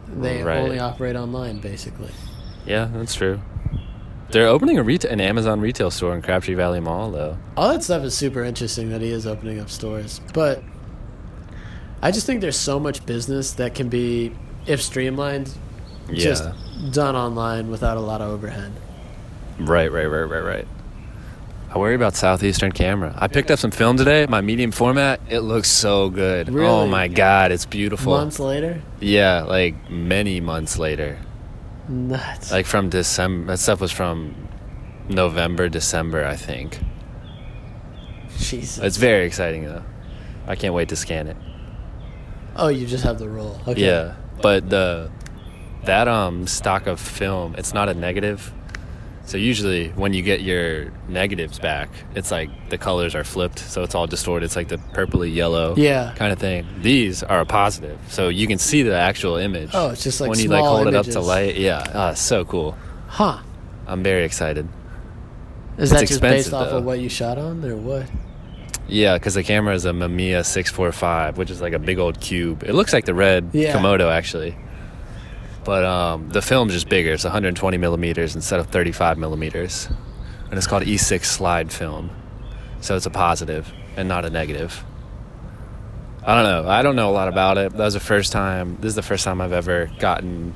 Speaker 3: they
Speaker 2: Right.
Speaker 3: only operate online, basically.
Speaker 2: Yeah, that's true. They're opening a reta- an Amazon retail store in Crabtree Valley Mall, though.
Speaker 3: All that stuff is super interesting that he is opening up stores, but I just think there's so much business that can be, if streamlined,
Speaker 2: Yeah.
Speaker 3: just done online without a lot of overhead.
Speaker 2: Right, right, right, right, right. I worry about Southeastern Camera. I picked up some film today, my medium format. It looks so good. Oh
Speaker 3: Really?
Speaker 2: my God, it's beautiful.
Speaker 3: Months later,
Speaker 2: Yeah, like many months later.
Speaker 3: nuts.
Speaker 2: Like from December. That stuff was from November, December, I think.
Speaker 3: Jesus.
Speaker 2: It's very exciting though. I can't wait to scan it.
Speaker 3: Oh, you just have the roll. Okay.
Speaker 2: Yeah, but the that um stock of film, it's not a negative. So usually when you get your negatives back, it's like the colors are flipped, so it's all distorted. It's like the purpley yellow
Speaker 3: Yeah.
Speaker 2: kind of thing. These are a positive, so you can see the actual image.
Speaker 3: Oh, it's just like
Speaker 2: when you like
Speaker 3: small
Speaker 2: hold it up
Speaker 3: images.
Speaker 2: to light. Yeah, ah, it's so cool.
Speaker 3: Huh.
Speaker 2: I'm very excited.
Speaker 3: Is
Speaker 2: It's
Speaker 3: that just based
Speaker 2: expensive,
Speaker 3: off
Speaker 2: though.
Speaker 3: of what you shot on or what?
Speaker 2: Yeah, because the camera is a Mamiya 645, which is like a big old cube. It looks like the red
Speaker 3: Yeah.
Speaker 2: Komodo, actually. But um, the film's just bigger. It's 120 millimeters instead of 35 millimeters. And it's called E6 slide film. So it's a positive and not a negative. I don't know. I don't know a lot about it. That was the first time. This is the first time I've ever gotten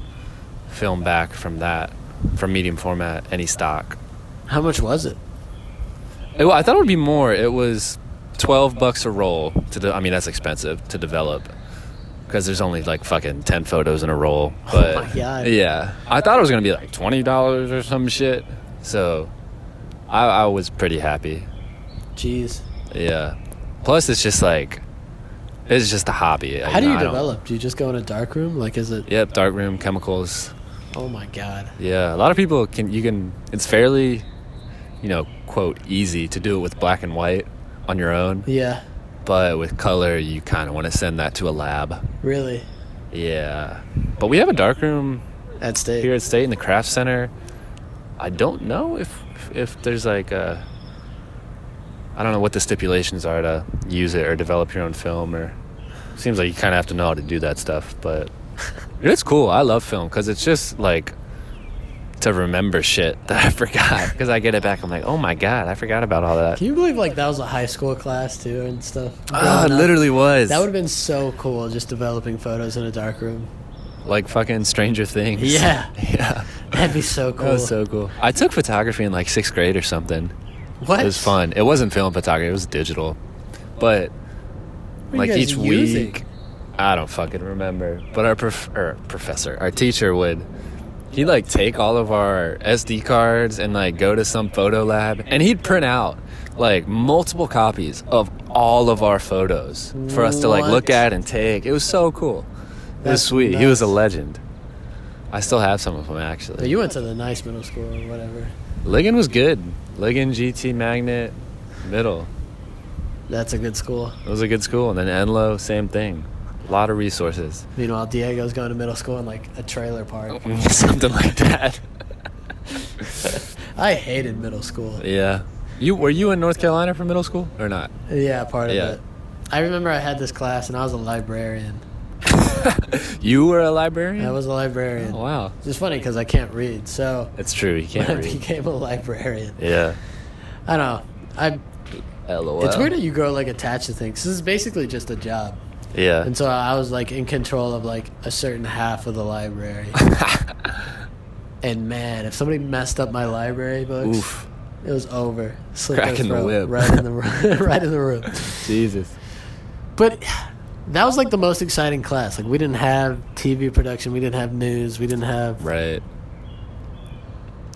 Speaker 2: film back from that, from medium format, any stock.
Speaker 3: How much was it?
Speaker 2: It, well, I thought it would be more. It was twelve bucks a roll. To de- I mean, that's expensive to develop because there's only like fucking ten photos in a roll. But
Speaker 3: Oh my God.
Speaker 2: yeah, I thought it was gonna be like twenty dollars or some shit. So I, I was pretty happy.
Speaker 3: Jeez.
Speaker 2: Yeah. Plus, it's just like it's just a hobby.
Speaker 3: How do
Speaker 2: know,
Speaker 3: you
Speaker 2: I don't-
Speaker 3: develop? Do you just go in a dark room? Like, is it?
Speaker 2: Yep, dark room chemicals.
Speaker 3: Oh my god.
Speaker 2: Yeah, a lot of people can. You can. It's fairly, you know, quote easy to do it with black and white on your own.
Speaker 3: Yeah.
Speaker 2: but with color you kind of want to send that to a lab
Speaker 3: Really.
Speaker 2: yeah but we have a darkroom
Speaker 3: At state.
Speaker 2: here at state in the craft center i don't know if if there's like a i don't know what the stipulations are to use it or develop your own film or seems like you kind of have to know how to do that stuff but it's cool i love film because it's just like to remember shit that i forgot because i get it back i'm like oh my god i forgot about all that
Speaker 3: Can you believe like that was a high school class too and stuff?
Speaker 2: Ah, it
Speaker 3: Growing up?
Speaker 2: literally was
Speaker 3: That would have been so cool, just developing photos in a dark room.
Speaker 2: like fucking stranger things
Speaker 3: Yeah, Oh.
Speaker 2: yeah
Speaker 3: that'd be so cool.
Speaker 2: That was so cool. I took photography in like sixth grade or something.
Speaker 3: what?
Speaker 2: It was fun. It wasn't film photography, it was digital. But
Speaker 3: are you
Speaker 2: like
Speaker 3: guys
Speaker 2: each
Speaker 3: using?
Speaker 2: week, I don't fucking remember. But our prof- er, professor, our teacher would, he'd like take all of our SD cards and like go to some photo lab and he'd print out like multiple copies of all of our photos for us to like
Speaker 3: What?
Speaker 2: look at and take. It was so cool. It was
Speaker 3: That's
Speaker 2: sweet. He was a
Speaker 3: nuts.
Speaker 2: legend. I still have some of them actually.
Speaker 3: But you went to the nice middle school or whatever.
Speaker 2: Ligon was good. Ligon, GT, Magnet, Middle.
Speaker 3: That's a good school.
Speaker 2: It was a good school. And then Enlow, same thing. A lot of resources.
Speaker 3: Meanwhile, Diego's going to middle school in like a trailer park.
Speaker 2: Something like that. Mm-hmm.
Speaker 3: I hated middle school.
Speaker 2: Yeah. You were you in North Carolina for middle school or not?
Speaker 3: Yeah, part of
Speaker 2: Yeah.
Speaker 3: it. I remember I had this class and I was a librarian.
Speaker 2: You were a librarian?
Speaker 3: I was a librarian.
Speaker 2: Oh, wow.
Speaker 3: It's funny because I can't read, so
Speaker 2: It's true, you
Speaker 3: I
Speaker 2: can't read.
Speaker 3: became a librarian.
Speaker 2: Yeah.
Speaker 3: I don't know. I
Speaker 2: LOL.
Speaker 3: It's weird that you grow like attached to things. This is basically just a job,
Speaker 2: Yeah.
Speaker 3: and so I was like in control of like a certain half of the library. and man, if somebody messed up my library books,
Speaker 2: Oof.
Speaker 3: it was over. Slit their
Speaker 2: Crack in the
Speaker 3: throat
Speaker 2: whip.
Speaker 3: right in the right in the room.
Speaker 2: Jesus.
Speaker 3: But that was like the most exciting class. Like we didn't have TV production, we didn't have news, we didn't have
Speaker 2: Right.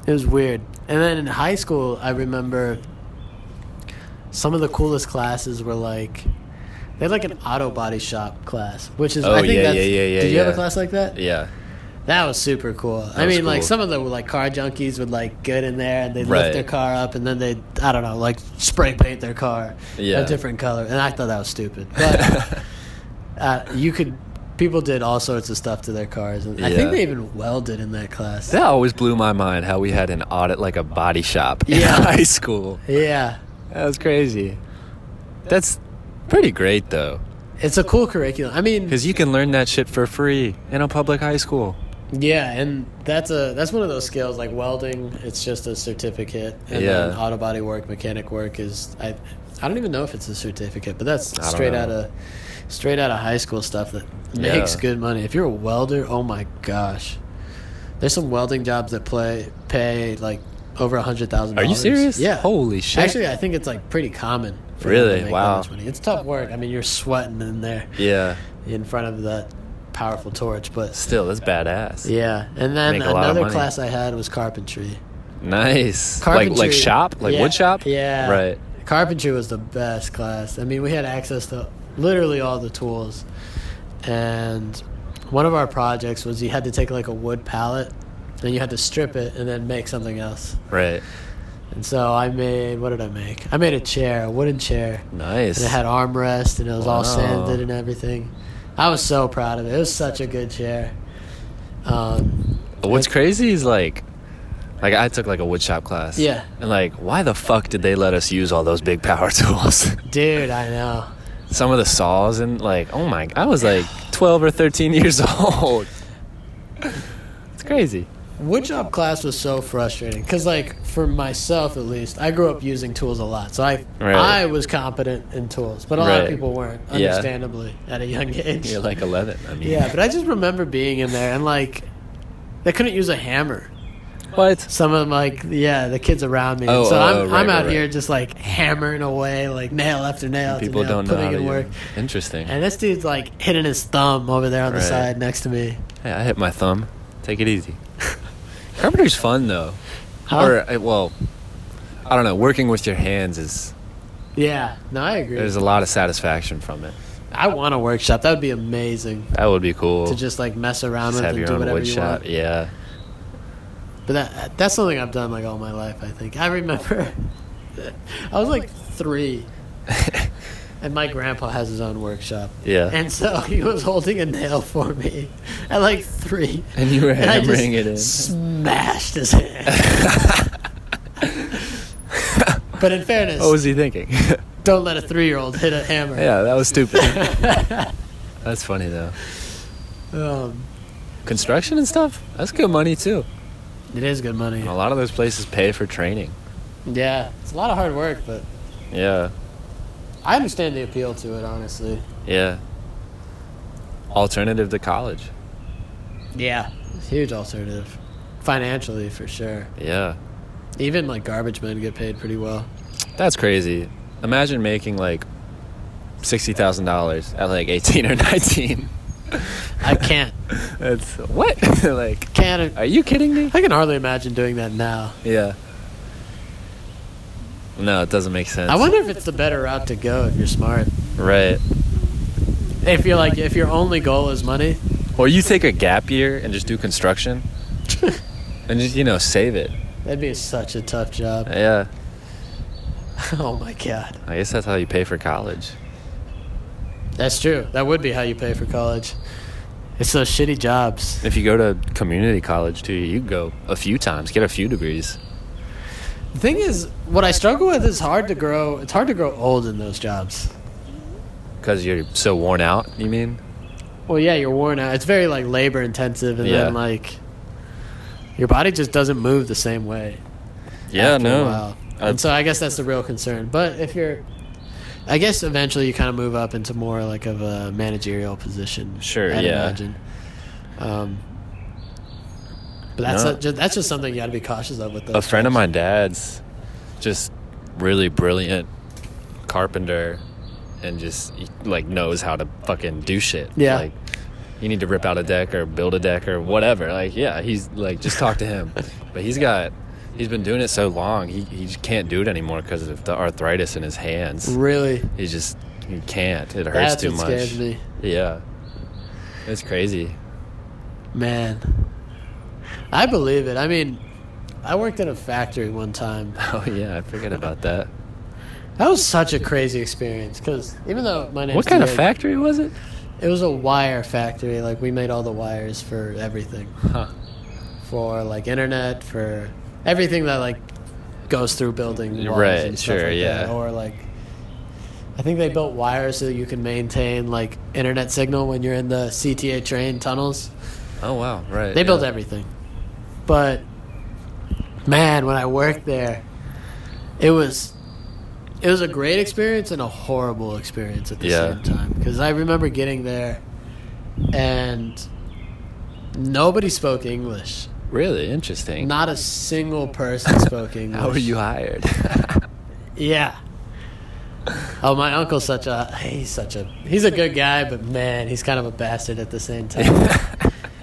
Speaker 3: It was weird. And then in high school, I remember some of the coolest classes were like they had like an auto body shop class, which is
Speaker 2: Oh,
Speaker 3: I think
Speaker 2: yeah,
Speaker 3: that's,
Speaker 2: yeah, yeah, yeah,
Speaker 3: Did you have
Speaker 2: yeah.
Speaker 3: a class like that?
Speaker 2: Yeah.
Speaker 3: That was super cool. I
Speaker 2: was
Speaker 3: mean, like
Speaker 2: cool.
Speaker 3: some of the like car junkies would like get in there and they'd
Speaker 2: Right.
Speaker 3: lift their car up and then they'd I don't know like spray paint their car
Speaker 2: Yeah.
Speaker 3: a different color, and I thought that was stupid. But uh, you could people did all sorts of stuff to their cars, and I
Speaker 2: Yeah.
Speaker 3: think they even welded in that class.
Speaker 2: That always blew my mind how we had an audit like a body shop in
Speaker 3: Yeah.
Speaker 2: high school.
Speaker 3: yeah.
Speaker 2: That was crazy. That's pretty great though.
Speaker 3: It's a cool curriculum. I mean,
Speaker 2: Because you can learn that shit for free in a public high school.
Speaker 3: yeah, and that's a that's one of those skills like welding. It's just a certificate, and
Speaker 2: Yeah.
Speaker 3: then auto body work, mechanic work is I I don't even know if it's a certificate, but that's
Speaker 2: don't
Speaker 3: straight
Speaker 2: know.
Speaker 3: out of straight out of high school stuff that
Speaker 2: Yeah.
Speaker 3: makes good money. If you're a welder, oh my gosh, there's some welding jobs that play pay like over a hundred thousand.
Speaker 2: Are you serious?
Speaker 3: Yeah.
Speaker 2: Holy shit.
Speaker 3: Actually, I think it's like pretty common. for them
Speaker 2: Really?
Speaker 3: to make that
Speaker 2: Wow.
Speaker 3: much money. It's tough work. I mean, you're sweating in there.
Speaker 2: yeah.
Speaker 3: in front of that powerful torch. But
Speaker 2: Still, that's badass.
Speaker 3: yeah, and then
Speaker 2: Make a lot of
Speaker 3: another
Speaker 2: money.
Speaker 3: class I had was carpentry.
Speaker 2: Nice. Like like
Speaker 3: Carpentry-
Speaker 2: shop, like
Speaker 3: yeah,
Speaker 2: wood shop.
Speaker 3: Yeah,
Speaker 2: Right.
Speaker 3: Carpentry was the best class. I mean, we had access to literally all the tools, and one of our projects was you had to take like a wood pallet. And you had to strip it and then make something else.
Speaker 2: Right.
Speaker 3: And so I made, what did I make? I made a chair, a wooden chair.
Speaker 2: Nice.
Speaker 3: And it had armrest and it was
Speaker 2: Wow.
Speaker 3: all sanded and everything. I was so proud of it. It was such a good chair. Um,
Speaker 2: What's crazy is like, Like I took like a woodshop class.
Speaker 3: Yeah.
Speaker 2: And like, why the fuck did they let us use all those big power tools?
Speaker 3: Dude, I know.
Speaker 2: Some of the saws and like, oh my, I was like 12 or 13 years old. It's crazy.
Speaker 3: Wood job class was so frustrating because, like, for myself at least, I grew up using tools a lot, so I
Speaker 2: Right.
Speaker 3: I was competent in tools, but a lot of
Speaker 2: Right.
Speaker 3: people weren't,
Speaker 2: Yeah.
Speaker 3: understandably, at a young age.
Speaker 2: You're like 11. I mean,
Speaker 3: yeah, but I just remember being in there and like, they couldn't use a hammer.
Speaker 2: what?
Speaker 3: Some of them, like, yeah, the kids around me.
Speaker 2: Oh,
Speaker 3: so
Speaker 2: oh,
Speaker 3: I'm,
Speaker 2: oh, right,
Speaker 3: I'm
Speaker 2: right,
Speaker 3: out
Speaker 2: right.
Speaker 3: here just like hammering away, like nail after nail. After
Speaker 2: People
Speaker 3: nail,
Speaker 2: don't know
Speaker 3: putting
Speaker 2: how to
Speaker 3: in
Speaker 2: use-
Speaker 3: work.
Speaker 2: Interesting.
Speaker 3: And this dude's like hitting his thumb over there on the
Speaker 2: Right.
Speaker 3: side next to me.
Speaker 2: Hey, I hit my thumb. Take it easy. Carpenter's fun though.
Speaker 3: Huh?
Speaker 2: Or uh, well, I don't know. Working with your hands is
Speaker 3: yeah, no, I agree.
Speaker 2: there's a lot of satisfaction from it.
Speaker 3: I want a workshop. That would be amazing
Speaker 2: That would be cool.
Speaker 3: to just like mess around
Speaker 2: Just
Speaker 3: with
Speaker 2: have
Speaker 3: and
Speaker 2: your
Speaker 3: do
Speaker 2: own
Speaker 3: whatever
Speaker 2: wood
Speaker 3: you
Speaker 2: shop.
Speaker 3: want.
Speaker 2: Yeah.
Speaker 3: But that that's something I've done like all my life. I think I remember. I was like three, and my grandpa has his own workshop.
Speaker 2: Yeah.
Speaker 3: And so he was holding a nail for me at like three.
Speaker 2: And you were
Speaker 3: I just
Speaker 2: hammering it in.
Speaker 3: Smashed his hand. but in fairness,
Speaker 2: What was he thinking?
Speaker 3: don't let a three-year-old hit a hammer.
Speaker 2: yeah, that was stupid. That's funny though.
Speaker 3: Um,
Speaker 2: Construction and stuff. That's good money too.
Speaker 3: it is good money.
Speaker 2: And a lot of those places pay for training.
Speaker 3: Yeah, it's a lot of hard work, but
Speaker 2: Yeah.
Speaker 3: I understand the appeal to it, honestly.
Speaker 2: Yeah. Alternative to college.
Speaker 3: Yeah. Huge alternative. Financially, for sure.
Speaker 2: Yeah.
Speaker 3: Even like garbage men get paid pretty well.
Speaker 2: That's crazy. Imagine making like sixty thousand dollars at like eighteen or nineteen.
Speaker 3: I can't.
Speaker 2: That's what? like,
Speaker 3: can't.
Speaker 2: are you kidding me?
Speaker 3: I can hardly imagine doing that now.
Speaker 2: Yeah. No, it doesn't make sense.
Speaker 3: I wonder if it's the better route to go if you're smart.
Speaker 2: right.
Speaker 3: If you're like, if your only goal is money.
Speaker 2: Or you take a gap year and just do construction, and just you know save it.
Speaker 3: That'd be such a tough job.
Speaker 2: Yeah.
Speaker 3: Oh my god.
Speaker 2: I guess that's how you pay for college.
Speaker 3: That's true. That would be how you pay for college. It's those shitty jobs.
Speaker 2: If you go to community college too, you go a few times, get a few degrees.
Speaker 3: The thing is, what I struggle with is hard to grow. It's hard to grow old in those jobs.
Speaker 2: Because you're so worn out, you mean?
Speaker 3: Well, yeah, you're worn out. It's very like labor intensive, and
Speaker 2: Yeah.
Speaker 3: then like your body just doesn't move the same way.
Speaker 2: Yeah,
Speaker 3: after a
Speaker 2: no.
Speaker 3: while.
Speaker 2: I-
Speaker 3: and so I guess that's the real concern. But if you're, I guess eventually you kind of move up into more like of a managerial position.
Speaker 2: Sure,
Speaker 3: I'd
Speaker 2: yeah.
Speaker 3: Imagine. Um, but that's
Speaker 2: No.
Speaker 3: not just, that's just something you got to be cautious of with those.
Speaker 2: a friend of my dad's just really brilliant carpenter and just like knows how to fucking do shit
Speaker 3: Yeah.
Speaker 2: like you need to rip out a deck or build a deck or whatever like yeah he's like just talk to him but he's got he's been doing it so long he, he just can't do it anymore because of the arthritis in his hands
Speaker 3: Really,
Speaker 2: he just he can't it hurts
Speaker 3: that's
Speaker 2: too
Speaker 3: what
Speaker 2: much
Speaker 3: scares me,
Speaker 2: yeah it's crazy
Speaker 3: man. I believe it. I mean, I worked in a factory one time.
Speaker 2: oh yeah i forget about that
Speaker 3: That was such a crazy experience because even though my name
Speaker 2: what kind of factory was it
Speaker 3: it was a wire factory. Like we made all the wires for everything,
Speaker 2: Huh.
Speaker 3: for like internet, for everything that like goes through building walls
Speaker 2: Right,
Speaker 3: and stuff
Speaker 2: sure,
Speaker 3: like that.
Speaker 2: yeah.
Speaker 3: Or like, I think they built wires so that you can maintain like internet signal when you're in the CTA train tunnels.
Speaker 2: oh wow right
Speaker 3: They
Speaker 2: yeah.
Speaker 3: built everything. But man, when I worked there, it was it was a great experience and a horrible experience at the
Speaker 2: Yeah.
Speaker 3: same time because I remember getting there and nobody spoke English.
Speaker 2: Really interesting.
Speaker 3: Not a single person spoke English.
Speaker 2: How were you hired?
Speaker 3: Yeah. Oh, my uncle's such a he's such a he's a good guy, but man, he's kind of a bastard at the same time.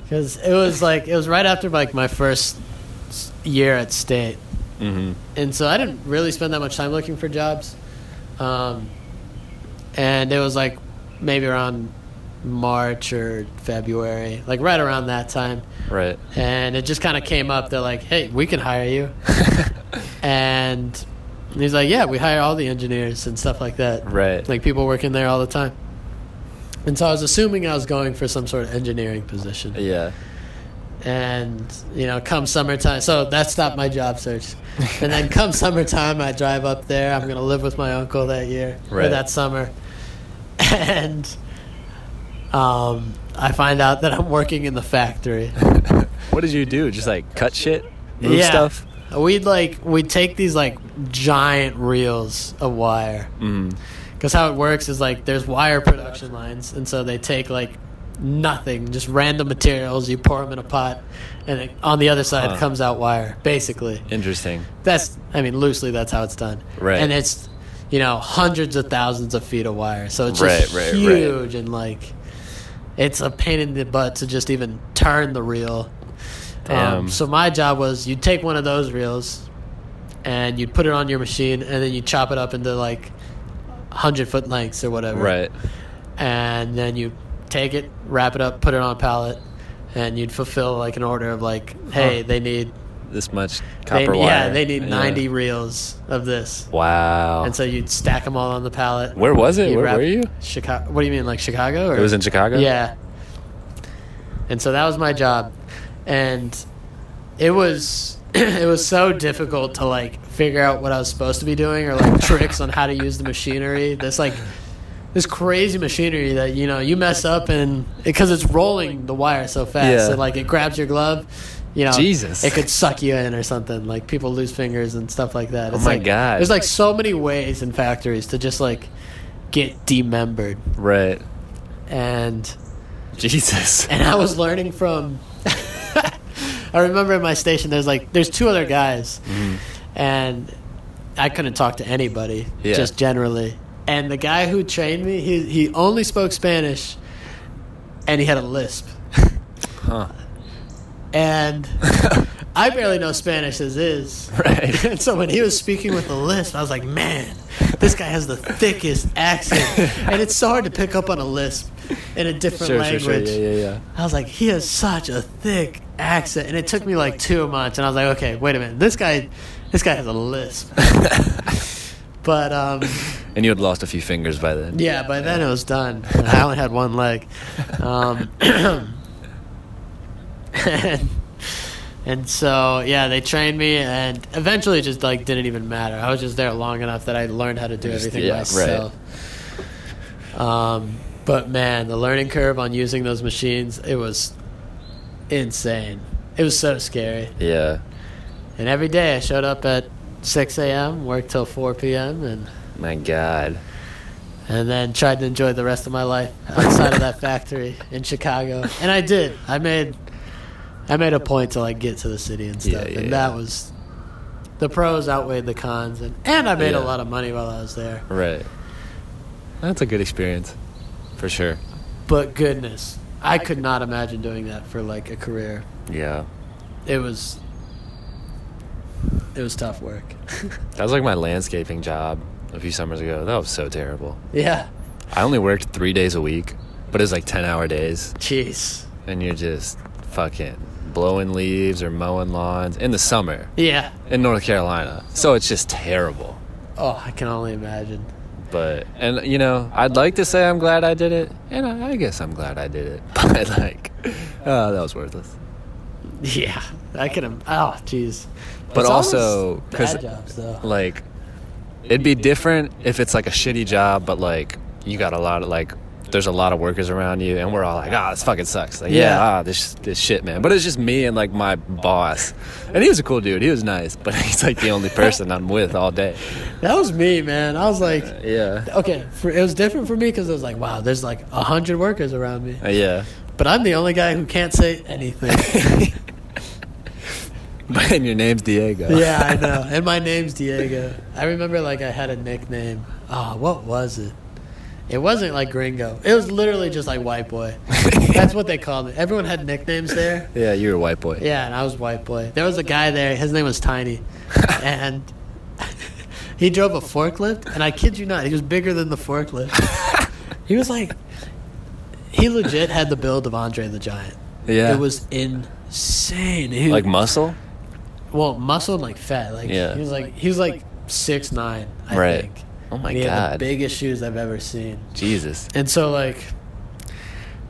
Speaker 3: Because it was like it was right after like my first s- year at state,
Speaker 2: hmm
Speaker 3: and so I didn't really spend that much time looking for jobs. Um, and it was like maybe around March or February, like right around that time,
Speaker 2: Right.
Speaker 3: and it just kind of came up. They're like, "Hey, we can hire you," and he's like, "Yeah, we hire all the engineers and stuff like that."
Speaker 2: Right.
Speaker 3: Like people working there all the time. And so I was assuming I was going for some sort of engineering position.
Speaker 2: yeah.
Speaker 3: and you know come summertime so that stopped my job search and then come summertime i drive up there i'm going to live with my uncle that year or
Speaker 2: Right.
Speaker 3: that summer and um, i find out that i'm working in the factory
Speaker 2: What did you do? Just like cut shit, move
Speaker 3: Yeah.
Speaker 2: stuff.
Speaker 3: we'd like we'd take these like giant reels of wire
Speaker 2: Mm.
Speaker 3: Because how it works is like there's wire production lines, and so they take like nothing, just random materials. You pour them in a pot, and it, on the other side
Speaker 2: Huh.
Speaker 3: comes out wire. Basically,
Speaker 2: Interesting.
Speaker 3: that's I mean loosely that's how it's done.
Speaker 2: Right.
Speaker 3: And it's you know hundreds of thousands of feet of wire, so it's just
Speaker 2: Right, right, right.
Speaker 3: huge and like it's a pain in the butt to just even turn the reel. Um,
Speaker 2: Damn.
Speaker 3: so my job was you'd take one of those reels and you'd put it on your machine and then you chop it up into like 100 foot lengths or whatever
Speaker 2: Right.
Speaker 3: and then you take it, wrap it up, put it on a pallet, and you'd fulfill like an order of like, hey,
Speaker 2: Huh.
Speaker 3: they need,
Speaker 2: This much
Speaker 3: they,
Speaker 2: copper wire.
Speaker 3: yeah, they need ninety reels of this,
Speaker 2: Wow.
Speaker 3: and so you'd stack them all on the pallet.
Speaker 2: Where was it?
Speaker 3: You'd
Speaker 2: Where
Speaker 3: wrap-
Speaker 2: were you?
Speaker 3: Chicago. What do you mean, like Chicago? Or?
Speaker 2: It was in Chicago.
Speaker 3: Yeah. And so that was my job, and it was it was so difficult to like figure out what I was supposed to be doing or like tricks on how to use the machinery. This like this crazy machinery that you know you mess up and because it's rolling the wire so fast
Speaker 2: Yeah.
Speaker 3: that like it grabs your glove. You know,
Speaker 2: Jesus.
Speaker 3: it could suck you in or something. Like people lose fingers and stuff like that. It's
Speaker 2: Oh my
Speaker 3: like,
Speaker 2: God.
Speaker 3: There's like so many ways in factories to just like get demembered
Speaker 2: Right.
Speaker 3: and
Speaker 2: Jesus.
Speaker 3: and I was learning from. I remember in my station, there's like there's two other guys,
Speaker 2: Mm-hmm.
Speaker 3: and I couldn't talk to anybody,
Speaker 2: Yeah.
Speaker 3: just generally. And the guy who trained me, he he only spoke Spanish, and he had a lisp.
Speaker 2: Huh.
Speaker 3: And I barely know Spanish as is.
Speaker 2: Right.
Speaker 3: And so when he was speaking with a lisp, I was like, man, this guy has the thickest accent. And it's so hard to pick up on a lisp in a different
Speaker 2: Sure, sure,
Speaker 3: language.
Speaker 2: sure. Yeah, yeah, yeah.
Speaker 3: I was like, he has such a thick accent, and it took me like two months. And I was like, okay, wait a minute, this guy, this guy has a lisp. but um,
Speaker 2: And you had lost a few fingers by then.
Speaker 3: yeah, by then it was done. And I only had one leg, um, and, and so yeah, they trained me, and eventually it just like didn't even matter. I was just there long enough that I learned how to do
Speaker 2: Just-
Speaker 3: everything
Speaker 2: yeah, right.
Speaker 3: myself. Um, but man, the learning curve on using those machines it was insane. It was so scary.
Speaker 2: Yeah.
Speaker 3: And every day I showed up at 6 a.m., worked till 4 p.m., and
Speaker 2: My God.
Speaker 3: and then tried to enjoy the rest of my life outside of that factory in Chicago. And I did. I made I made a point to like get to the city and stuff.
Speaker 2: Yeah, yeah,
Speaker 3: and that
Speaker 2: yeah.
Speaker 3: was the pros outweighed the cons and, and I made
Speaker 2: Yeah.
Speaker 3: a lot of money while I was there.
Speaker 2: Right. That's a good experience, for sure.
Speaker 3: But goodness, I could not imagine doing that for like a career.
Speaker 2: Yeah.
Speaker 3: It was it was tough work.
Speaker 2: That was like my landscaping job a few summers ago. That was so terrible.
Speaker 3: yeah.
Speaker 2: I only worked three days a week, but it was like 10 hour days.
Speaker 3: Jeez.
Speaker 2: And you're just fucking blowing leaves or mowing lawns in the summer
Speaker 3: Yeah.
Speaker 2: in North Carolina. So it's just terrible.
Speaker 3: Oh, I can only imagine.
Speaker 2: But, and you know, I'd like to say I'm glad I did it. And I, I guess I'm glad I did it. But like, oh, that was worthless.
Speaker 3: Yeah. I can im- oh jeez.
Speaker 2: But
Speaker 3: It's always
Speaker 2: also, because
Speaker 3: bad jobs though.
Speaker 2: like it'd be different if it's like a shitty job but like you got a lot of like there's a lot of workers around you and we're all like ah this fucking sucks like yeah,
Speaker 3: Yeah.
Speaker 2: ah this this shit man but it's just me and like my boss and he was a cool dude he was nice but he's like the only person I'm with all day
Speaker 3: That was me, man. I was like,
Speaker 2: yeah
Speaker 3: okay, for, it was different for me because it was like, wow, there's like a hundred workers around me,
Speaker 2: Uh, yeah
Speaker 3: but I'm the only guy who can't say anything.
Speaker 2: but and your name's Diego
Speaker 3: yeah, I know. And my name's Diego. I remember like I had a nickname. Oh, what was it? It wasn't like Gringo. It was literally just like White Boy. That's what they called it. Everyone had nicknames there.
Speaker 2: yeah you were a white boy
Speaker 3: Yeah, and I was white boy. There was a guy there. His name was Tiny, and he drove a forklift. And I kid you not, he was bigger than the forklift. he was like, he legit had the build of Andre the Giant.
Speaker 2: yeah
Speaker 3: It was insane. He,
Speaker 2: like muscle
Speaker 3: well, muscle and like fat. Like
Speaker 2: Yeah.
Speaker 3: he was like he was like six nine. I
Speaker 2: Right.
Speaker 3: think.
Speaker 2: oh my
Speaker 3: And he had the
Speaker 2: god
Speaker 3: biggest shoes I've ever seen.
Speaker 2: Jesus
Speaker 3: And so like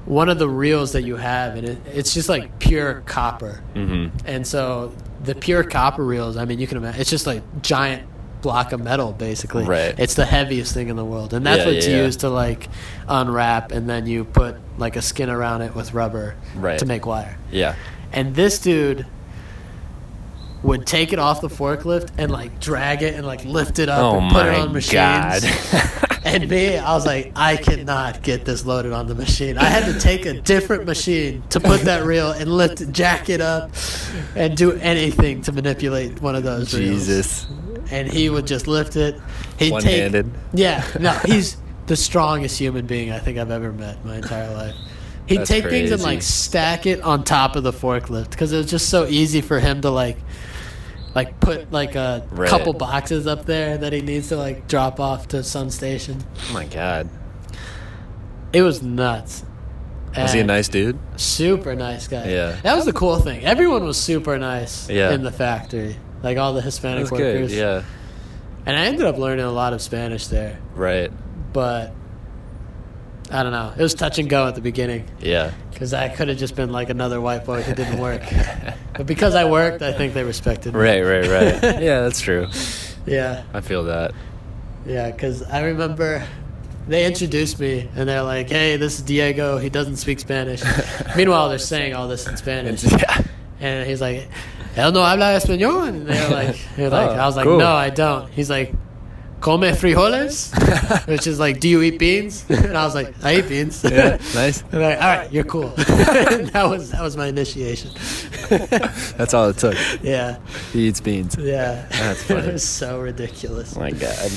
Speaker 3: one of the reels that you have, and it, it's just like pure copper. Mm-hmm. And so the pure copper reels, I mean, you can imagine, it's just like giant block of metal basically
Speaker 2: Right.
Speaker 3: it's the heaviest thing in the world and that's
Speaker 2: Yeah,
Speaker 3: what's
Speaker 2: yeah, yeah.
Speaker 3: used to like unwrap and then you put like a skin around it with rubber
Speaker 2: Right.
Speaker 3: to make wire
Speaker 2: Yeah.
Speaker 3: and this dude would take it off the forklift and like drag it and like lift it up
Speaker 2: Oh
Speaker 3: and put
Speaker 2: my
Speaker 3: it on machines.
Speaker 2: god.
Speaker 3: And me, I was like, I cannot get this loaded on the machine. I had to take a different machine to put that reel and lift, it, jack it up, and do anything to manipulate one of those reels.
Speaker 2: Jesus.
Speaker 3: And he would just lift it. He'd
Speaker 2: One-handed.
Speaker 3: Take, yeah, no, he's the strongest human being I think I've ever met in my entire life. He'd
Speaker 2: That's
Speaker 3: take things and
Speaker 2: crazy.
Speaker 3: like stack it on top of the forklift because it was just so easy for him to like, like put like a
Speaker 2: Right.
Speaker 3: couple boxes up there that he needs to like drop off to Sun Station.
Speaker 2: Oh my god.
Speaker 3: It was nuts.
Speaker 2: Was he a
Speaker 3: And
Speaker 2: nice dude?
Speaker 3: super nice guy?
Speaker 2: Yeah.
Speaker 3: that was the cool thing. Everyone was super nice
Speaker 2: Yeah.
Speaker 3: in the factory, like all the Hispanic
Speaker 2: That's
Speaker 3: workers.
Speaker 2: good. Yeah.
Speaker 3: And I ended up learning a lot of Spanish there.
Speaker 2: Right.
Speaker 3: but I don't know. It was touch and go at the beginning
Speaker 2: Yeah.
Speaker 3: because I could have just been like another white boy who didn't work. but because I worked, I think they respected me.
Speaker 2: Right, right, right. yeah, that's true.
Speaker 3: Yeah,
Speaker 2: I feel that.
Speaker 3: yeah. Because I remember they introduced me and they're like, "Hey, this is Diego. He doesn't speak Spanish." Meanwhile, they're saying all this in Spanish,
Speaker 2: Yeah.
Speaker 3: and he's like, "Él no habla español." And they're like, they're like
Speaker 2: Oh,
Speaker 3: I was like,
Speaker 2: cool.
Speaker 3: "No, I don't." He's like. Come frijoles, which is like, do you eat beans? And I was like, I eat beans.
Speaker 2: Yeah. Nice.
Speaker 3: And I, all right, you're cool. that was that was my initiation.
Speaker 2: That's all it took.
Speaker 3: yeah,
Speaker 2: He eats beans.
Speaker 3: yeah.
Speaker 2: That's funny.
Speaker 3: it was so ridiculous.
Speaker 2: Oh my god.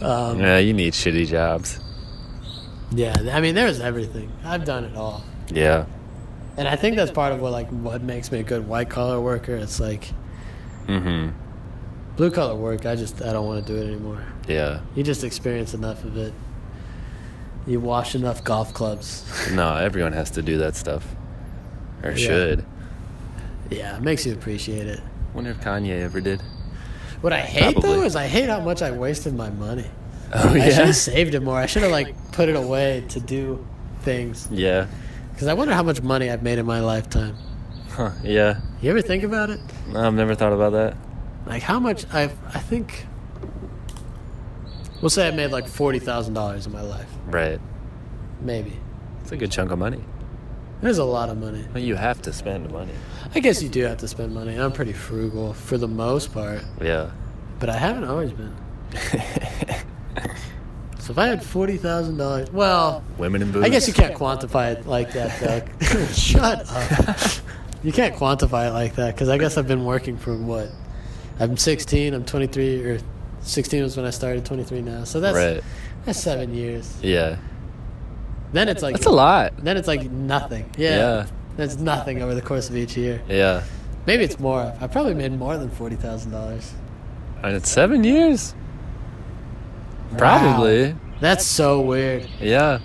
Speaker 3: Um,
Speaker 2: Yeah, you need shitty jobs.
Speaker 3: yeah, I mean, there's everything. I've done it all,
Speaker 2: Yeah.
Speaker 3: and I think that's part of what like what makes me a good white collar worker. It's like
Speaker 2: Mm-hmm.
Speaker 3: blue collar work. I just I don't want to do it anymore.
Speaker 2: Yeah.
Speaker 3: You just experience enough of it. You wash enough golf clubs.
Speaker 2: No, everyone has to do that stuff. Or
Speaker 3: Yeah.
Speaker 2: should.
Speaker 3: yeah, it makes you appreciate it.
Speaker 2: Wonder if Kanye ever did.
Speaker 3: What I hate though
Speaker 2: Probably.
Speaker 3: is I hate how much I wasted my money.
Speaker 2: Oh
Speaker 3: I should have saved it more. I should have like put it away to do things.
Speaker 2: Yeah.
Speaker 3: Because I wonder how much money I've made in my lifetime.
Speaker 2: Huh. Yeah.
Speaker 3: You ever think about it?
Speaker 2: No, I've never thought about that.
Speaker 3: Like how much I've, I think, we'll say I made like $40,000 in my life.
Speaker 2: Right.
Speaker 3: Maybe.
Speaker 2: It's a good chunk of money.
Speaker 3: There's a lot of money.
Speaker 2: Well, you have to spend money.
Speaker 3: I guess you do have to spend money. I'm pretty frugal for the most part,
Speaker 2: Yeah.
Speaker 3: but I haven't always been. So if I had $40,000, well,
Speaker 2: Women in boots.
Speaker 3: I guess you can't quantify it like that, though. Shut up. You can't quantify it like that because I guess I've been working for what? I'm 16. I'm 23, or 16 was when I started. 23 now. So that's
Speaker 2: Right.
Speaker 3: that's seven years.
Speaker 2: Yeah.
Speaker 3: Then it's like
Speaker 2: That's a lot.
Speaker 3: Then it's like nothing. Yeah.
Speaker 2: Yeah.
Speaker 3: That's nothing over the course of each year.
Speaker 2: Yeah.
Speaker 3: Maybe it's more. I probably made more than forty thousand dollars.
Speaker 2: And it's seven years. Probably.
Speaker 3: That's so weird.
Speaker 2: Yeah.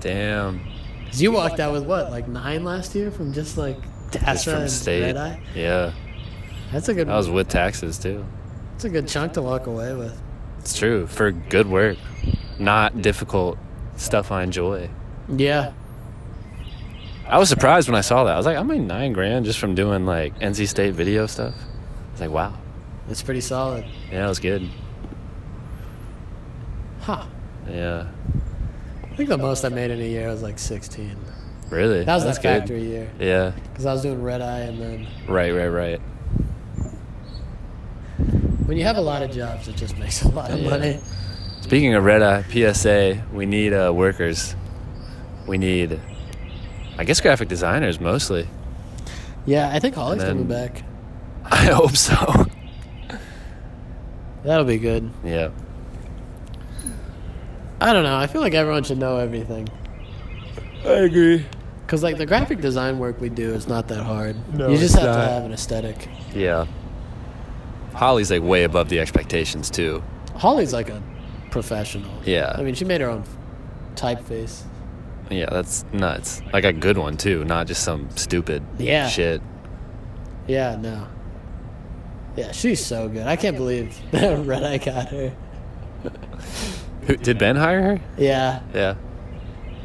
Speaker 2: Damn.
Speaker 3: 'Cause you walked out with what, like nine last year from just like
Speaker 2: Just
Speaker 3: DASA
Speaker 2: from
Speaker 3: and
Speaker 2: state.
Speaker 3: red eye.
Speaker 2: Yeah.
Speaker 3: That's a good.
Speaker 2: That was with taxes too.
Speaker 3: That's a good chunk to walk away with.
Speaker 2: It's true. For good work. Not difficult stuff I enjoy.
Speaker 3: Yeah.
Speaker 2: I was surprised when I saw that. I was like, I made nine grand just from doing like NC State video stuff. It's like, wow.
Speaker 3: It's pretty solid.
Speaker 2: Yeah, it was good.
Speaker 3: Huh.
Speaker 2: Yeah.
Speaker 3: I think the most I made in a year was like 16.
Speaker 2: Really?
Speaker 3: That was
Speaker 2: That's
Speaker 3: that factory year.
Speaker 2: good. Yeah.
Speaker 3: Because I was doing red eye and then
Speaker 2: Right, right, right.
Speaker 3: when you have a lot of jobs, it just makes a lot of
Speaker 2: Yeah.
Speaker 3: money.
Speaker 2: Speaking of red eye, PSA, we need uh, workers. We need, I guess, graphic designers mostly.
Speaker 3: Yeah, I think Holly's
Speaker 2: And
Speaker 3: coming
Speaker 2: then-
Speaker 3: back.
Speaker 2: I hope so.
Speaker 3: That'll be good.
Speaker 2: yeah.
Speaker 3: I don't know. I feel like everyone should know everything.
Speaker 2: I agree.
Speaker 3: Because like the graphic design work we do is not that hard.
Speaker 2: No,
Speaker 3: you just
Speaker 2: it's
Speaker 3: have
Speaker 2: not.
Speaker 3: to have an aesthetic.
Speaker 2: Yeah. Holly's like way above the expectations too.
Speaker 3: Holly's like a professional.
Speaker 2: Yeah.
Speaker 3: I mean, she made her own typeface.
Speaker 2: Yeah, that's nuts. Like a good one too, not just some stupid
Speaker 3: Yeah.
Speaker 2: shit.
Speaker 3: Yeah, no. Yeah, she's so good. I can't believe that Red Eye got her.
Speaker 2: Who, did Ben hire her?
Speaker 3: Yeah,
Speaker 2: Yeah.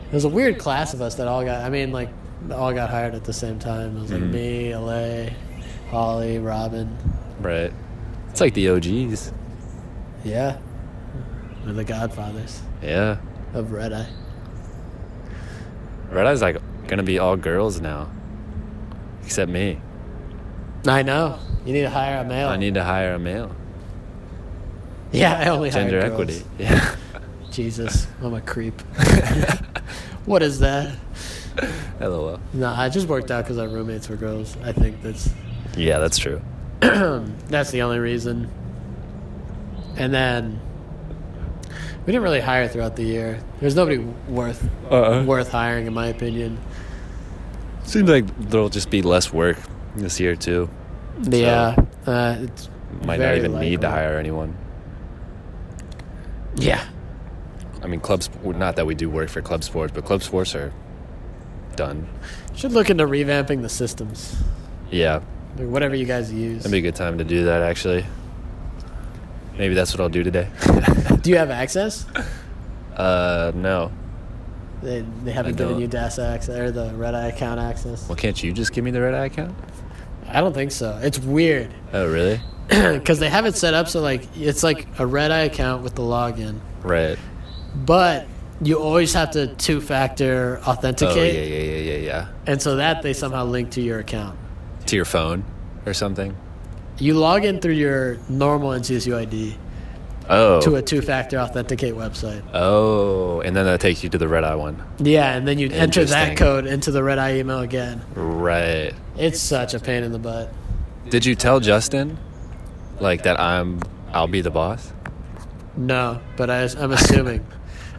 Speaker 3: It was a weird class of us that all got. I mean, like all got hired at the same time. It was like
Speaker 2: Mm-hmm.
Speaker 3: me, La, Holly, Robin.
Speaker 2: Right. It's like the OGs.
Speaker 3: Yeah, we're the Godfathers
Speaker 2: Yeah.
Speaker 3: of Red Eye.
Speaker 2: Red Eye's like gonna be all girls now. Except me.
Speaker 3: I know. You need to hire a male.
Speaker 2: I need to hire a male.
Speaker 3: yeah, I only
Speaker 2: Gender
Speaker 3: hired
Speaker 2: equity.
Speaker 3: girls.
Speaker 2: Yeah.
Speaker 3: Jesus, I'm a creep. what is that?
Speaker 2: LOL.
Speaker 3: No, I just worked out because our roommates were girls. I think that's
Speaker 2: Yeah, that's true.
Speaker 3: that's the only reason. And then we didn't really hire throughout the year. There's nobody worth
Speaker 2: Uh-uh.
Speaker 3: worth hiring, in my opinion.
Speaker 2: Seems like there'll just be less work this year too.
Speaker 3: Yeah, uh, it's
Speaker 2: Might
Speaker 3: very
Speaker 2: not even need to
Speaker 3: likely.
Speaker 2: hire anyone.
Speaker 3: Yeah,
Speaker 2: I mean, clubs. Not that we do work for club sports, but club sports are done.
Speaker 3: should look into revamping the systems,
Speaker 2: Yeah,
Speaker 3: Like, whatever you guys use.
Speaker 2: that'd be a good time to do that. Actually, maybe that's what I'll do today.
Speaker 3: Do you have access?
Speaker 2: uh, no.
Speaker 3: They, they haven't
Speaker 2: I
Speaker 3: given
Speaker 2: don't.
Speaker 3: you DAS access or the Red Eye account access.
Speaker 2: Well, can't you just give me the red eye account?
Speaker 3: I don't think so. It's weird.
Speaker 2: Oh, really?
Speaker 3: because they have it set up so like it's like a red eye account with the login
Speaker 2: Right.
Speaker 3: but you always have to two factor
Speaker 2: Oh, yeah,
Speaker 3: authenticate
Speaker 2: yeah, yeah, yeah,
Speaker 3: and so that they somehow link to your account
Speaker 2: yeah. To your phone or something.
Speaker 3: you log in through your normal ncsu id
Speaker 2: Oh.
Speaker 3: to a two factor authenticate website
Speaker 2: oh, and then that takes you to the red eye one.
Speaker 3: yeah and then you enter that
Speaker 2: Interesting.
Speaker 3: code into the red eye email again
Speaker 2: Right.
Speaker 3: it's such a pain in the butt
Speaker 2: Did you tell Justin, like that I'm I'll be the boss?
Speaker 3: no but I, i'm assuming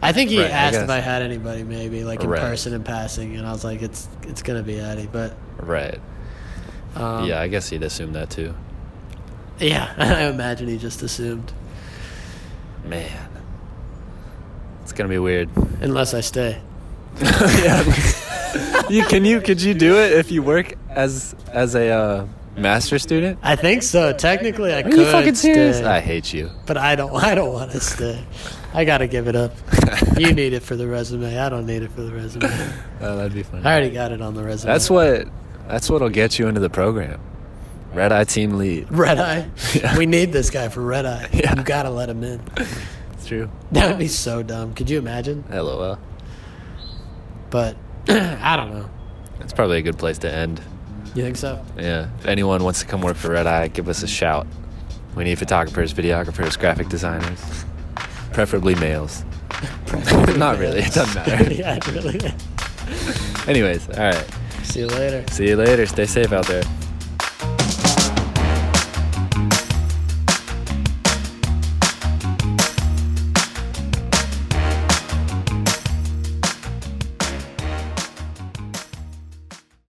Speaker 3: I think he
Speaker 2: Right, I
Speaker 3: asked if
Speaker 2: guess.
Speaker 3: I had anybody, maybe like in
Speaker 2: Right.
Speaker 3: person in passing, and I was like, "It's it's gonna be Addy," but
Speaker 2: Right.
Speaker 3: um,
Speaker 2: yeah, I guess he'd assume that too.
Speaker 3: Yeah, I imagine he just assumed.
Speaker 2: Man, it's gonna be weird.
Speaker 3: Unless I stay.
Speaker 2: you can you could you do it if you work as as a uh, master student?
Speaker 3: I think so. Technically, I
Speaker 2: Are
Speaker 3: could
Speaker 2: you fucking serious?
Speaker 3: stay,
Speaker 2: I hate you.
Speaker 3: but I don't. I don't want to stay. I gotta give it up. You need it for the resume. I don't need it for the resume. I
Speaker 2: Oh, that'd be funny.
Speaker 3: already got it on the resume.
Speaker 2: That's what that's what'll get you into the program. Red Eye Team Lead.
Speaker 3: red eye.
Speaker 2: Yeah.
Speaker 3: We need this guy for red eye.
Speaker 2: Yeah.
Speaker 3: You gotta let him in.
Speaker 2: It's true.
Speaker 3: That would be so dumb. Could you imagine?
Speaker 2: LOL.
Speaker 3: But I don't know.
Speaker 2: That's probably a good place to end.
Speaker 3: You think so?
Speaker 2: Yeah. If anyone wants to come work for Red Eye, give us a shout. We need photographers, videographers, graphic designers, preferably males. Not really. It doesn't matter.
Speaker 3: yeah, really.
Speaker 2: Anyways, all right.
Speaker 3: See you later.
Speaker 2: See you later. Stay safe out there.